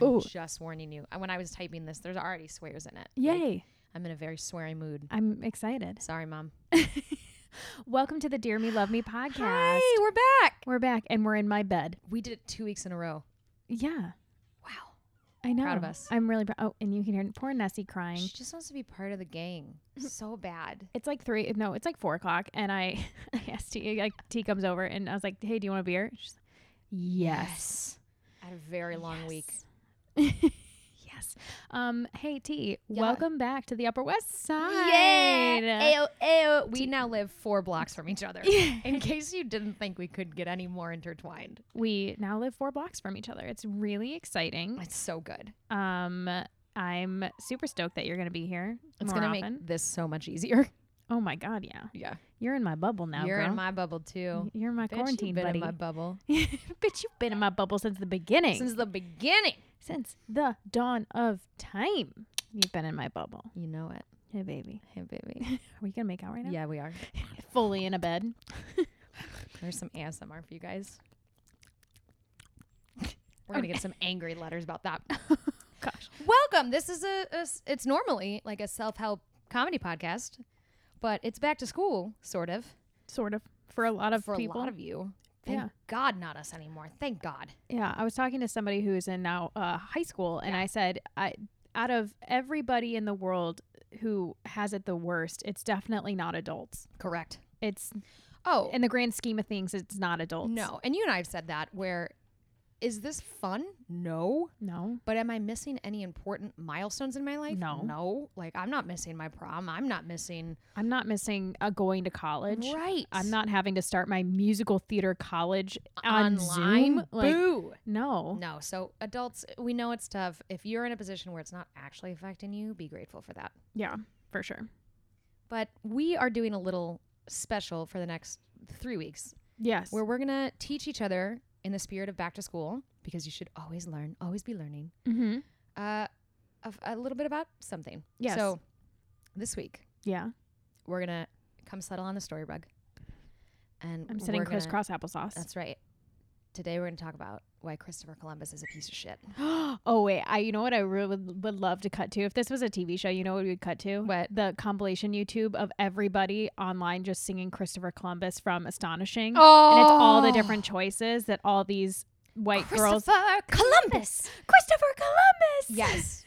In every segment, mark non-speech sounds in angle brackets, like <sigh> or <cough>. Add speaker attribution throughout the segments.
Speaker 1: Oh.
Speaker 2: just warning you. Uh, When I was typing this, there's already swears in it. Like,
Speaker 1: Yay.
Speaker 2: I'm in a very sweary mood.
Speaker 1: I'm excited.
Speaker 2: Sorry, mom.
Speaker 1: Welcome to the Dear Me Love Me podcast.
Speaker 2: Hi, we're back.
Speaker 1: We're back and we're in my bed.
Speaker 2: We did it two weeks in a row.
Speaker 1: Yeah,
Speaker 2: Wow.
Speaker 1: I know.
Speaker 2: Proud of us.
Speaker 1: I'm really proud. Oh, and you can hear poor Nessie crying.
Speaker 2: She just wants to be part of the
Speaker 1: <laughs>
Speaker 2: gang so bad.
Speaker 1: It's like three. No, it's like four o'clock, and I, <laughs> I asked T. Like T comes over, and I was like, "Hey, do you want a beer?" She's like, "Yes."
Speaker 2: I had a very long week.
Speaker 1: week. yes. Um. Hey, T.
Speaker 2: Yeah.
Speaker 1: Welcome back to the Upper West Side.
Speaker 2: Yeah. Ayo, ayo. We now live four blocks from each
Speaker 1: <laughs>
Speaker 2: other. <laughs> In case you didn't think we could get any more intertwined,
Speaker 1: We now live four blocks from each other. It's really exciting.
Speaker 2: it's so good.
Speaker 1: Um. I'm super stoked that you're going to be here.
Speaker 2: It's
Speaker 1: more
Speaker 2: going to
Speaker 1: often.
Speaker 2: make this so much easier. <laughs>
Speaker 1: Oh my God, yeah.
Speaker 2: Yeah.
Speaker 1: You're in my bubble now,
Speaker 2: You're
Speaker 1: girl.
Speaker 2: in my bubble too.
Speaker 1: You're my
Speaker 2: Bitch,
Speaker 1: quarantine
Speaker 2: you've been
Speaker 1: buddy.
Speaker 2: in my bubble
Speaker 1: <laughs> Bitch, you've been in my bubble since the beginning.
Speaker 2: since the beginning.
Speaker 1: since the dawn of time. You've been in my bubble.
Speaker 2: You know it.
Speaker 1: Hey, baby.
Speaker 2: Hey, baby.
Speaker 1: Are we gonna make out right now?
Speaker 2: yeah, we are.
Speaker 1: Fully in a bed.
Speaker 2: There's some ASMR for you guys. We're gonna get some angry letters about that.
Speaker 1: Gosh.
Speaker 2: <laughs> Welcome. This is a, a s- it's normally like a self help comedy podcast, but it's back to school sort of
Speaker 1: Sort of. For a lot of
Speaker 2: for
Speaker 1: people.
Speaker 2: a lot of you. Thank
Speaker 1: Yeah.
Speaker 2: God, not us anymore. Thank God.
Speaker 1: yeah. I was talking to somebody who's in now uh, high school and I said, I out of everybody in the world who has it the worst, it's definitely not adults.
Speaker 2: Correct.
Speaker 1: It's
Speaker 2: Oh
Speaker 1: in the grand scheme of things, it's not adults.
Speaker 2: no, and you and I have said that. Where is this fun? No.
Speaker 1: No.
Speaker 2: But am I missing any important milestones in my life?
Speaker 1: No.
Speaker 2: No. Like I'm not missing my prom. I'm not missing
Speaker 1: I'm not missing uh, going to college.
Speaker 2: Right.
Speaker 1: I'm not having to start my musical theater college on
Speaker 2: online.
Speaker 1: Zoom. Like,
Speaker 2: Boo.
Speaker 1: no.
Speaker 2: No. So adults, we know it's tough. If you're in a position where it's not actually affecting you, be grateful for that.
Speaker 1: Yeah, for sure.
Speaker 2: But we are doing a little special for the next three weeks
Speaker 1: Yes.
Speaker 2: where we're gonna teach each other in the spirit of back to school, because you should always learn, always be learning,
Speaker 1: mm-hmm.
Speaker 2: uh, a, a little bit about something.
Speaker 1: Yes.
Speaker 2: So this week
Speaker 1: Yeah.
Speaker 2: we're gonna come settle on the story rug. And
Speaker 1: I'm sitting
Speaker 2: we're gonna-
Speaker 1: crisscross applesauce.
Speaker 2: That's right. Today we're gonna talk about why Christopher Columbus is a piece of shit.
Speaker 1: <gasps> oh wait, I you know what I really would, would love to cut to if this was a TV show. You know what we would cut to?
Speaker 2: What?
Speaker 1: the compilation YouTube of everybody online just singing Christopher Columbus from Astonishing,
Speaker 2: Oh,
Speaker 1: and it's all the different choices that all these white girls.
Speaker 2: Columbus.
Speaker 1: Christopher
Speaker 2: <laughs>
Speaker 1: Columbus.
Speaker 2: Yes.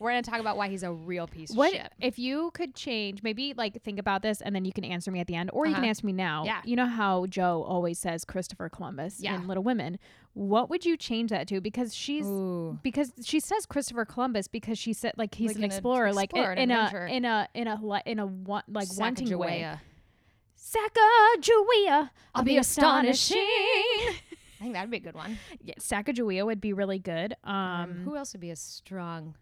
Speaker 2: We're gonna talk about why he's a real piece
Speaker 1: What
Speaker 2: of shit.
Speaker 1: if you could change? Maybe like think about this, and then you can answer me at the end, or you can
Speaker 2: Uh-huh.
Speaker 1: answer me now.
Speaker 2: Yeah.
Speaker 1: You know how Joe always says Christopher Columbus
Speaker 2: Yeah.
Speaker 1: in Little Women. What would you change that to? Because she's
Speaker 2: Ooh.
Speaker 1: because she says Christopher Columbus because she said like he's
Speaker 2: Like
Speaker 1: an,
Speaker 2: an ad-
Speaker 1: explorer, like
Speaker 2: explorer,
Speaker 1: in,
Speaker 2: an
Speaker 1: in a
Speaker 2: adventurer.
Speaker 1: in a in a li- in a want like wanting way.
Speaker 2: Sacagawea.
Speaker 1: Sacagawea,
Speaker 2: I'll be astonishing. I think that'd be a good one.
Speaker 1: <laughs> Yeah, Sacagawea would be really good.
Speaker 2: Um,
Speaker 1: Um,
Speaker 2: who else would be a strong?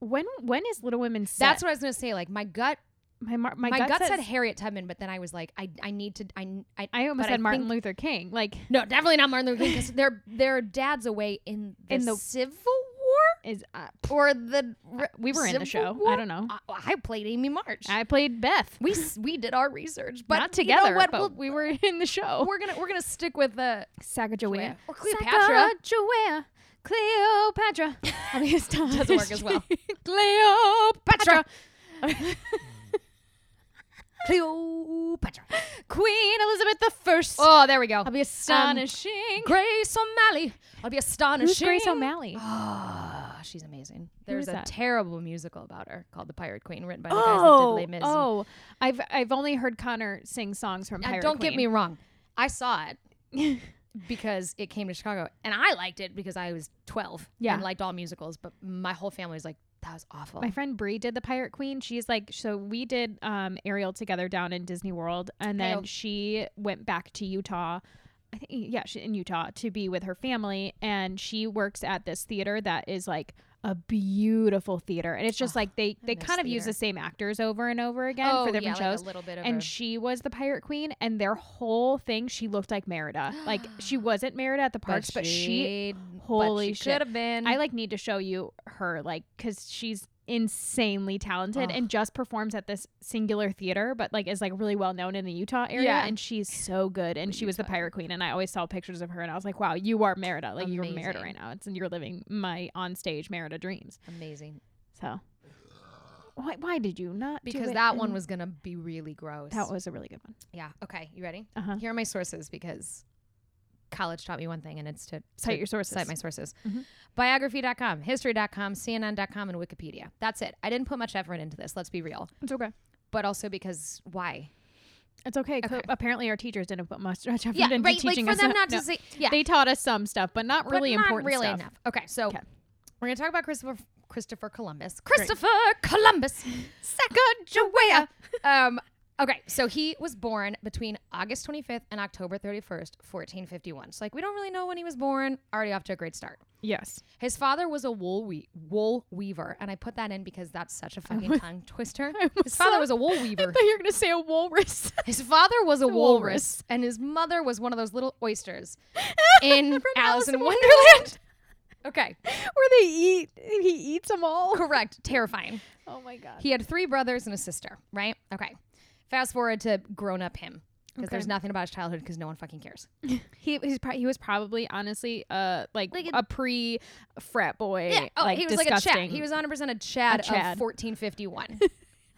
Speaker 1: when when is Little Women? Set?
Speaker 2: That's what I was gonna say. Like my gut,
Speaker 1: my mar- my,
Speaker 2: my, gut,
Speaker 1: says-
Speaker 2: said Harriet Tubman, but then I was like, I, I need to, I, I,
Speaker 1: I almost
Speaker 2: but
Speaker 1: said
Speaker 2: I
Speaker 1: Martin
Speaker 2: think-
Speaker 1: Luther King. Like
Speaker 2: no, definitely not Martin Luther King because <laughs> their their dad's away in the,
Speaker 1: In the-
Speaker 2: Civil War
Speaker 1: is uh,
Speaker 2: or the re-
Speaker 1: we were in
Speaker 2: Civil
Speaker 1: the show.
Speaker 2: War?
Speaker 1: I don't know.
Speaker 2: I, I played Amy March.
Speaker 1: I played Beth.
Speaker 2: we s- we did our research, but
Speaker 1: Not
Speaker 2: you know
Speaker 1: together,
Speaker 2: what?
Speaker 1: but
Speaker 2: We'll-
Speaker 1: we were in the show.
Speaker 2: we're gonna we're gonna stick with uh, the
Speaker 1: Sacagawea.
Speaker 2: or Cleopatra.
Speaker 1: Sacagawea.
Speaker 2: <laughs>
Speaker 1: Cleopatra. I mean, it's
Speaker 2: Doesn't work as well.
Speaker 1: <laughs> Cleopatra.
Speaker 2: Cleopatra.
Speaker 1: Queen Elizabeth the First.
Speaker 2: Oh, there we go.
Speaker 1: I'll be astonishing.
Speaker 2: Grace O'Malley. I'll be astonishing.
Speaker 1: Who's Grace O'Malley?
Speaker 2: Ah, she's amazing. There's
Speaker 1: is
Speaker 2: a
Speaker 1: that?
Speaker 2: terrible musical about her called The Pirate Queen, written by the guys that did Les Mis.
Speaker 1: oh, I've I've only heard Connor sing songs from.
Speaker 2: Now,
Speaker 1: Pirate
Speaker 2: Uh, don't get me
Speaker 1: Queen.
Speaker 2: wrong. I saw it <laughs> because it came to Chicago, and I liked it because I was 12
Speaker 1: Yeah.
Speaker 2: and liked all musicals. But my whole family was like, "That was awful."
Speaker 1: My friend Bree did the Pirate Queen. She's like, so we did um, Ariel together down in Disney World, and then
Speaker 2: Ariel.
Speaker 1: she went back to Utah. I think, yeah, she, in Utah to be with her family, and she works at this theater that is like a beautiful theater, and it's just like they they
Speaker 2: Ah, miss
Speaker 1: kind of use
Speaker 2: theater.
Speaker 1: the same actors over and over again
Speaker 2: oh,
Speaker 1: for different
Speaker 2: yeah, like
Speaker 1: shows.
Speaker 2: a little bit of
Speaker 1: and
Speaker 2: a-
Speaker 1: she was the pirate queen, and their whole thing, she looked like Merida. Like
Speaker 2: <gasps>
Speaker 1: she wasn't Merida at the parks, but she
Speaker 2: but
Speaker 1: holy
Speaker 2: she
Speaker 1: shit.
Speaker 2: could have been.
Speaker 1: I like need to show you her like because she's insanely talented
Speaker 2: Ugh.
Speaker 1: and just performs at this singular theater, but like is like really well known in the Utah area.
Speaker 2: Yeah.
Speaker 1: And she's so good. And she was the
Speaker 2: Utah.
Speaker 1: pirate queen. And I always saw pictures of her and I was like, wow, you are Merida. Like you're Merida
Speaker 2: Amazing.
Speaker 1: right now. It's and you're living my on stage Merida dreams.
Speaker 2: Amazing.
Speaker 1: So why why did you not? do
Speaker 2: Because
Speaker 1: it
Speaker 2: that one
Speaker 1: in-
Speaker 2: was gonna be really gross.
Speaker 1: that was a really good one.
Speaker 2: yeah. Okay. You ready?
Speaker 1: Uh-huh.
Speaker 2: Here are my sources because college taught me one thing, and it's to
Speaker 1: Cite
Speaker 2: to
Speaker 1: your sources.
Speaker 2: Cite my sources.
Speaker 1: Mhm.
Speaker 2: Biography.com, history.com, CNN.com, and Wikipedia. That's it. I didn't put much effort into this. Let's be real.
Speaker 1: It's okay.
Speaker 2: But also because why?
Speaker 1: It's okay. Co-
Speaker 2: Okay.
Speaker 1: Apparently, our teachers didn't put much <laughs> effort
Speaker 2: Yeah,
Speaker 1: into
Speaker 2: right. Like
Speaker 1: teaching
Speaker 2: for
Speaker 1: us.
Speaker 2: them
Speaker 1: that-
Speaker 2: not
Speaker 1: no.
Speaker 2: to say. Yeah,
Speaker 1: They taught us some stuff, but not
Speaker 2: but
Speaker 1: really
Speaker 2: not
Speaker 1: important
Speaker 2: really
Speaker 1: stuff.
Speaker 2: enough. Okay, so
Speaker 1: Okay.
Speaker 2: we're gonna talk about Christopher Christopher Columbus. Christopher Columbus,
Speaker 1: <laughs>
Speaker 2: Sacagawea. um, okay, so he was born between August 25th and October 31st, 1451. So like we don't really know when he was born. Already off to a great start.
Speaker 1: Yes.
Speaker 2: His father was a wool we- wool weaver, and I put that in because that's such a
Speaker 1: <laughs>
Speaker 2: fucking tongue twister. His father was a wool weaver.
Speaker 1: You're gonna say a walrus. <laughs>
Speaker 2: His father was a
Speaker 1: walrus.
Speaker 2: walrus, and his mother was one of those little <laughs> oysters in Alice
Speaker 1: Alice
Speaker 2: in
Speaker 1: in
Speaker 2: Wonderland. <laughs> okay,
Speaker 1: Where they eat, he eats them all.
Speaker 2: correct. Terrifying.
Speaker 1: Oh my god.
Speaker 2: He had three brothers and a sister, right? Okay. Fast forward to grown up him because
Speaker 1: Okay.
Speaker 2: there's nothing about his childhood because no one fucking cares.
Speaker 1: He he's pro- he was probably honestly uh like,
Speaker 2: Like
Speaker 1: a, pre frat boy.
Speaker 2: Yeah. Oh,
Speaker 1: like,
Speaker 2: he was
Speaker 1: disgusting.
Speaker 2: like a Chad. He was 100% a Chad,
Speaker 1: A Chad.
Speaker 2: of <laughs> 1451.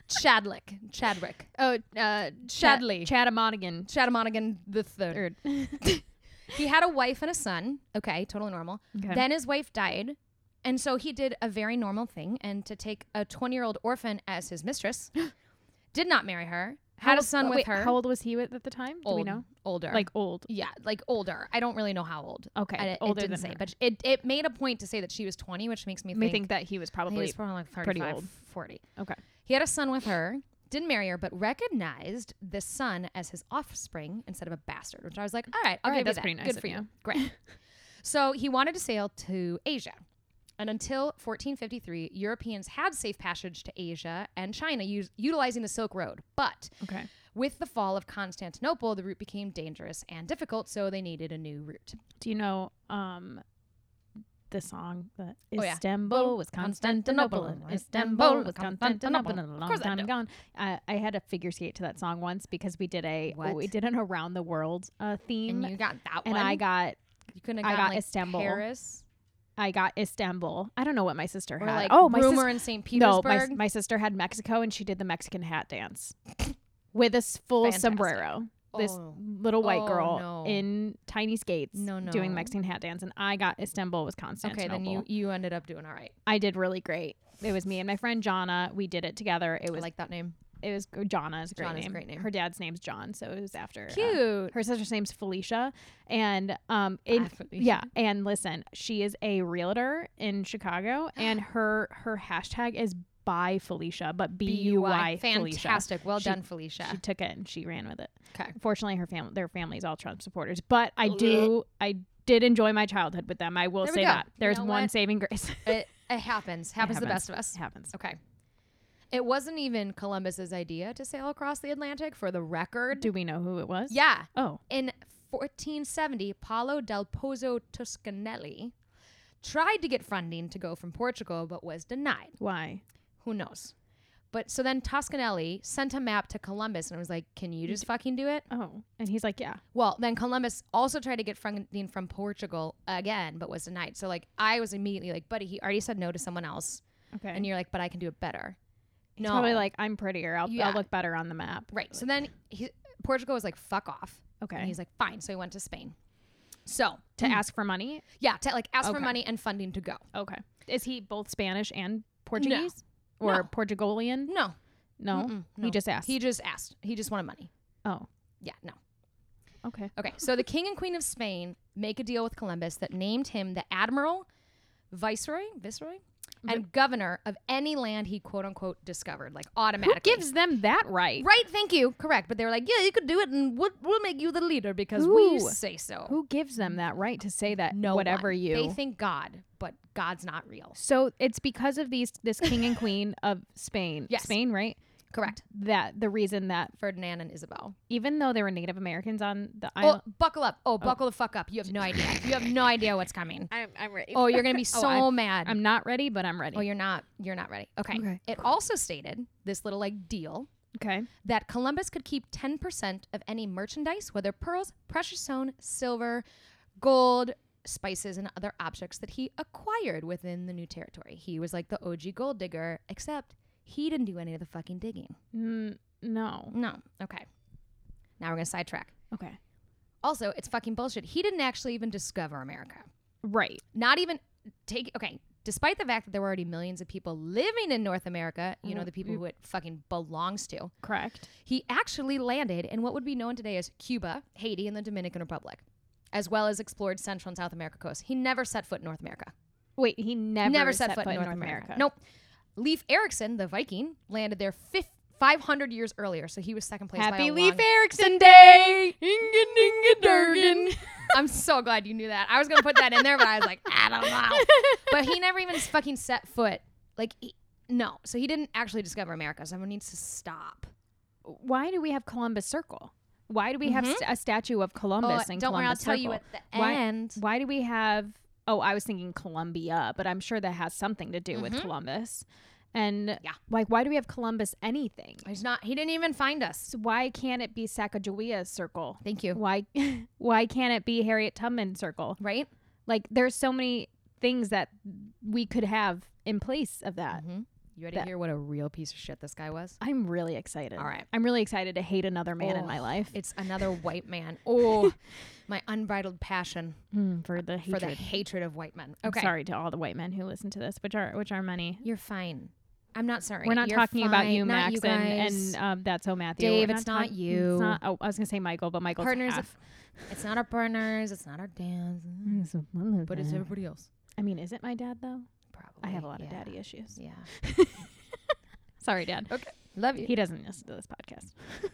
Speaker 2: Chadlick. Chadwick.
Speaker 1: oh uh
Speaker 2: Chadley.
Speaker 1: Chad Monigan.
Speaker 2: Chatamonigan the third.
Speaker 1: Third.
Speaker 2: He had a wife and a son. Okay, totally normal.
Speaker 1: <laughs> Okay.
Speaker 2: Then his wife died. And so he did a very normal thing and to take a 20 year old orphan as his
Speaker 1: <gasps>
Speaker 2: mistress, did not marry her, had a son with
Speaker 1: wait,
Speaker 2: her.
Speaker 1: How old was he at the time? Do we
Speaker 2: Old-
Speaker 1: know?
Speaker 2: Older.
Speaker 1: Like old.
Speaker 2: yeah, like older. I don't really know how old.
Speaker 1: Okay.
Speaker 2: I, it
Speaker 1: older
Speaker 2: didn't
Speaker 1: than
Speaker 2: say,
Speaker 1: her.
Speaker 2: but it, it made a point to say that she was 20, which makes me
Speaker 1: May
Speaker 2: think,
Speaker 1: think that he was
Speaker 2: he
Speaker 1: probably
Speaker 2: was probably like 35,
Speaker 1: pretty old.
Speaker 2: 40.
Speaker 1: okay.
Speaker 2: He had a son with her, didn't marry her, but recognized the son as his offspring instead of a bastard, which I was like, all right, I'll
Speaker 1: All right,
Speaker 2: give you
Speaker 1: that's
Speaker 2: that.
Speaker 1: pretty nice
Speaker 2: Good
Speaker 1: of
Speaker 2: for you.
Speaker 1: you.
Speaker 2: Great. so he wanted to sail to Asia. And until 1453, Europeans had safe passage to Asia and China us- utilizing the Silk Road. But
Speaker 1: Okay.
Speaker 2: with the fall of Constantinople, the route became dangerous and difficult, so they needed a new route.
Speaker 1: Do you know um the song that
Speaker 2: Oh, yeah.
Speaker 1: Istanbul was Constantinople and Istanbul was Constantinople and a
Speaker 2: Of
Speaker 1: long
Speaker 2: course I
Speaker 1: time
Speaker 2: do.
Speaker 1: gone. I, I had a figure skate to that song once because we did a
Speaker 2: What?
Speaker 1: we did an around the world uh, theme
Speaker 2: And
Speaker 1: and,
Speaker 2: you got that one.
Speaker 1: I got
Speaker 2: you couldn't have
Speaker 1: I
Speaker 2: gotten,
Speaker 1: got
Speaker 2: like,
Speaker 1: Istanbul.
Speaker 2: Paris
Speaker 1: I got Istanbul. I don't know what my sister
Speaker 2: or
Speaker 1: had.
Speaker 2: like
Speaker 1: oh my
Speaker 2: rumor
Speaker 1: sister
Speaker 2: in St.
Speaker 1: no
Speaker 2: Petersburg.
Speaker 1: my, my sister had Mexico and she did the Mexican hat dance with a s- full
Speaker 2: Fantastic.
Speaker 1: sombrero. This
Speaker 2: Oh.
Speaker 1: little white
Speaker 2: Oh,
Speaker 1: girl
Speaker 2: no.
Speaker 1: in tiny skates
Speaker 2: No,
Speaker 1: doing
Speaker 2: no.
Speaker 1: Mexican hat dance, and I got Istanbul was
Speaker 2: okay,
Speaker 1: Constantinople.
Speaker 2: then you you ended up doing all right.
Speaker 1: I did really great. It was me and my friend Jonna. We did it together. It
Speaker 2: I
Speaker 1: was
Speaker 2: like that name.
Speaker 1: it was Jonna is a great,
Speaker 2: Jonna's a
Speaker 1: name.
Speaker 2: great name.
Speaker 1: Her dad's name's John, so it was after uh,
Speaker 2: Cute.
Speaker 1: her sister's name's Felicia, and um, in,
Speaker 2: Ah, Felicia.
Speaker 1: yeah, and listen, she is a realtor in Chicago,
Speaker 2: <gasps>
Speaker 1: and her her hashtag is by Felicia, but B U Y Felicia.
Speaker 2: Fantastic. Well
Speaker 1: She-
Speaker 2: done, Felicia.
Speaker 1: She took it and she ran with it.
Speaker 2: Okay.
Speaker 1: Fortunately, her family, their family's all Trump supporters, but I do, I did enjoy my childhood with them. I will
Speaker 2: There we
Speaker 1: say
Speaker 2: go.
Speaker 1: that
Speaker 2: You
Speaker 1: there's
Speaker 2: know
Speaker 1: one
Speaker 2: what?
Speaker 1: saving grace. <laughs>
Speaker 2: it, it happens. Happens to the best of us.
Speaker 1: It happens.
Speaker 2: Okay. It wasn't even Columbus's idea to sail across the Atlantic for the record.
Speaker 1: Do we know who it was?
Speaker 2: yeah.
Speaker 1: Oh,
Speaker 2: In 1470, Paolo del Pozzo Toscanelli tried to get funding to go from Portugal but was denied.
Speaker 1: why?
Speaker 2: Who knows? But so then Toscanelli sent a map to Columbus and was like, "Can you just fucking do it?"
Speaker 1: Oh, and he's like, yeah.
Speaker 2: Well, then Columbus also tried to get funding from Portugal again, but was denied. So like, I was immediately like, "Buddy, he already said no to someone else,"
Speaker 1: Okay.
Speaker 2: and you're like, "But I can do it better."
Speaker 1: he's
Speaker 2: no,
Speaker 1: probably like, I'm prettier. I'll,
Speaker 2: Yeah.
Speaker 1: I'll look better on the map.
Speaker 2: right. So then he, Portugal was like, "Fuck off," and
Speaker 1: Okay.
Speaker 2: he's like, "Fine." So he went to Spain. So
Speaker 1: to ask for money.
Speaker 2: yeah, to like ask for
Speaker 1: Okay.
Speaker 2: money and funding to go.
Speaker 1: Okay. Is he both Spanish and Portuguese or
Speaker 2: No.
Speaker 1: Portugalian?
Speaker 2: No,
Speaker 1: No.
Speaker 2: Mm-mm,
Speaker 1: He
Speaker 2: no.
Speaker 1: just asked.
Speaker 2: he just asked. He just wanted money.
Speaker 1: oh,
Speaker 2: Yeah, no.
Speaker 1: okay.
Speaker 2: Okay, so the king and queen of Spain make a deal with Columbus that named him the admiral, viceroy, viceroy, and governor of any land he quote unquote discovered, like
Speaker 1: Who
Speaker 2: automatically.
Speaker 1: gives them that right?
Speaker 2: right? Thank you, correct. But they were like, yeah, you could do it, and we'll, we'll make you the leader because
Speaker 1: Who?
Speaker 2: we say so.
Speaker 1: Who gives them that right to say that
Speaker 2: No,
Speaker 1: whatever
Speaker 2: one.
Speaker 1: you
Speaker 2: They think God, but God's not real. <laughs>
Speaker 1: So it's because of these this king and queen of Spain.
Speaker 2: Yes.
Speaker 1: Spain, right?
Speaker 2: Correct.
Speaker 1: that the reason that
Speaker 2: Ferdinand and Isabel.
Speaker 1: even though there were Native Americans on the
Speaker 2: Oh,
Speaker 1: island,
Speaker 2: buckle up. Oh, buckle the fuck up. You have no
Speaker 1: <laughs>
Speaker 2: idea. You have no idea what's coming.
Speaker 3: I'm, I'm ready.
Speaker 2: Oh, <laughs> you're going to be so
Speaker 1: I'm-
Speaker 2: mad.
Speaker 1: I'm not ready, but I'm ready.
Speaker 2: oh, you're not. You're not ready. Okay.
Speaker 1: Okay.
Speaker 2: It also stated this little like deal
Speaker 1: okay.
Speaker 2: that Columbus could keep 10% of any merchandise, whether pearls, precious stone, silver, gold, spices, and other objects that he acquired within the new territory. He was like the OG gold digger, except he didn't do any of the fucking digging.
Speaker 1: Mm, no.
Speaker 2: No. Okay. Now we're going to sidetrack.
Speaker 1: Okay.
Speaker 2: Also, it's fucking bullshit. He didn't actually even discover America.
Speaker 1: Right.
Speaker 2: Not even take, okay. Despite the fact that there were already millions of people living in North America, you know, the people who it fucking belongs to,
Speaker 1: Correct.
Speaker 2: he actually landed in what would be known today as Cuba, Haiti, and the Dominican Republic, as well as explored Central and South America coast. He never set foot in North America.
Speaker 1: Wait, he never,
Speaker 2: Never, set, foot, in North, America. Nope. Leaf Erikson, the Viking, landed there fif- 500 years earlier, so he was second place. by
Speaker 1: Happy
Speaker 2: a
Speaker 1: Leif
Speaker 2: long-
Speaker 1: Erikson Day. Inga dinga durgan.
Speaker 2: I'm so glad you knew that. I was gonna put that in there, but I was like, I don't know. <laughs> But he never even fucking set foot. Like, he, no. So he didn't actually discover America. Someone needs to stop.
Speaker 1: Why do we have Columbus Circle? Why do we have st- a statue of Columbus
Speaker 2: Mm-hmm. Oh,
Speaker 1: in
Speaker 2: don't worry, I'll
Speaker 1: Columbus
Speaker 2: tell you
Speaker 1: Circle?
Speaker 2: at the
Speaker 1: Why-
Speaker 2: end.
Speaker 1: Why do we have? Oh, I was thinking Columbia, but I'm sure that has something to do with Columbus. And
Speaker 2: Yeah.
Speaker 1: like, why do we have Columbus anything?
Speaker 2: He's not. He didn't even find us.
Speaker 1: So why can't it be Sacagawea Circle?
Speaker 2: Thank you.
Speaker 1: Why, <laughs> why can't it be Harriet Tubman Circle?
Speaker 2: Right?
Speaker 1: Like, there's so many things that we could have in place of that.
Speaker 2: Uh, Mm-hmm. You ready to
Speaker 1: That-
Speaker 2: hear what a real piece of shit this guy was?
Speaker 1: I'm really excited.
Speaker 2: All right.
Speaker 1: I'm really excited to hate another man in
Speaker 2: Oh,
Speaker 1: my life
Speaker 2: It's another white <laughs> man. Oh, my unbridled passion
Speaker 1: Mm, for the
Speaker 2: for the
Speaker 1: hatred.
Speaker 2: hatred of white men.
Speaker 1: I'm
Speaker 2: Okay.
Speaker 1: sorry to all the white men who listen to this, which are which are many.
Speaker 2: You're fine. I'm not sorry.
Speaker 1: We're not
Speaker 2: You're
Speaker 1: talking about
Speaker 2: fine.
Speaker 1: you,
Speaker 2: Not
Speaker 1: Max, and,
Speaker 2: guys.
Speaker 1: and um, that's so Matthew.
Speaker 2: Dave,
Speaker 1: We're
Speaker 2: it's not
Speaker 1: talk-
Speaker 2: you.
Speaker 1: It's not, oh, I was gonna say Michael, but Michael's
Speaker 2: partners.
Speaker 1: half.
Speaker 2: Of, it's not our partners. It's not our dads. mm, But it's everybody else.
Speaker 1: I mean, is it my dad though?
Speaker 2: Probably.
Speaker 1: I have a lot of
Speaker 2: yeah.
Speaker 1: daddy issues.
Speaker 2: Yeah.
Speaker 1: Sorry, Dad.
Speaker 2: Okay. Love you.
Speaker 1: He doesn't listen to this podcast. <laughs>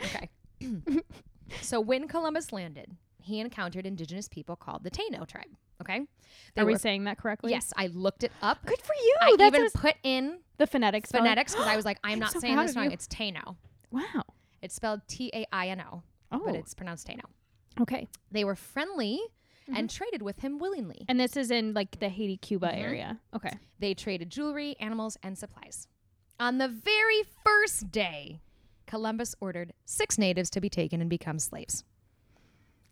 Speaker 2: Okay. <coughs> so when Columbus landed, he encountered indigenous people called the Taino tribe. Okay. They
Speaker 1: Are
Speaker 2: were
Speaker 1: we saying that correctly?
Speaker 2: Yes, I looked it up.
Speaker 1: Good for you.
Speaker 2: I
Speaker 1: that's
Speaker 2: even
Speaker 1: a-
Speaker 2: put in
Speaker 1: the phonetic spelling.
Speaker 2: phonetics because I
Speaker 1: <gasps>
Speaker 2: was like, I'm,
Speaker 1: I'm
Speaker 2: not
Speaker 1: so
Speaker 2: saying
Speaker 1: proud
Speaker 2: this
Speaker 1: of
Speaker 2: wrong.
Speaker 1: you.
Speaker 2: It's Taino.
Speaker 1: Wow.
Speaker 2: It's spelled T A I N O,
Speaker 1: Oh,
Speaker 2: but it's pronounced Taino.
Speaker 1: okay.
Speaker 2: They were friendly
Speaker 1: Mm-hmm.
Speaker 2: and traded with him willingly.
Speaker 1: And this is in like the Haiti, Cuba
Speaker 2: Mm-hmm.
Speaker 1: area. Okay.
Speaker 2: They traded jewelry, animals, and supplies. On the very first day, Columbus ordered six natives to be taken and become slaves.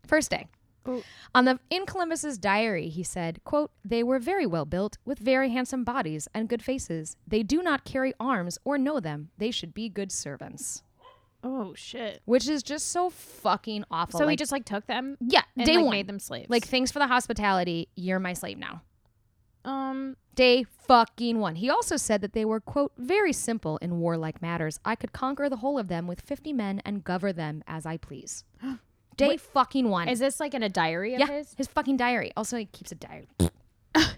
Speaker 2: First day.
Speaker 1: Oh.
Speaker 2: On the in Columbus's diary, he said, quote, "They were very well built, with very handsome bodies and good faces. They do not carry arms or know them. They should be good servants."
Speaker 1: Oh shit.
Speaker 2: Which is just so fucking awful.
Speaker 1: So he
Speaker 2: like,
Speaker 1: just like took them
Speaker 2: yeah,
Speaker 1: and
Speaker 2: day
Speaker 1: like,
Speaker 2: one.
Speaker 1: made them slaves.
Speaker 2: like thanks for the hospitality. You're my slave now.
Speaker 1: um
Speaker 2: Day fucking one. He also said that they were, quote, very simple in warlike matters. I could conquer the whole of them with 50 men and govern them as I please. <gasps> Day fucking one.
Speaker 1: Is this like in a diary of
Speaker 2: yeah,
Speaker 1: his?
Speaker 2: his fucking diary. Also, he keeps a diary. I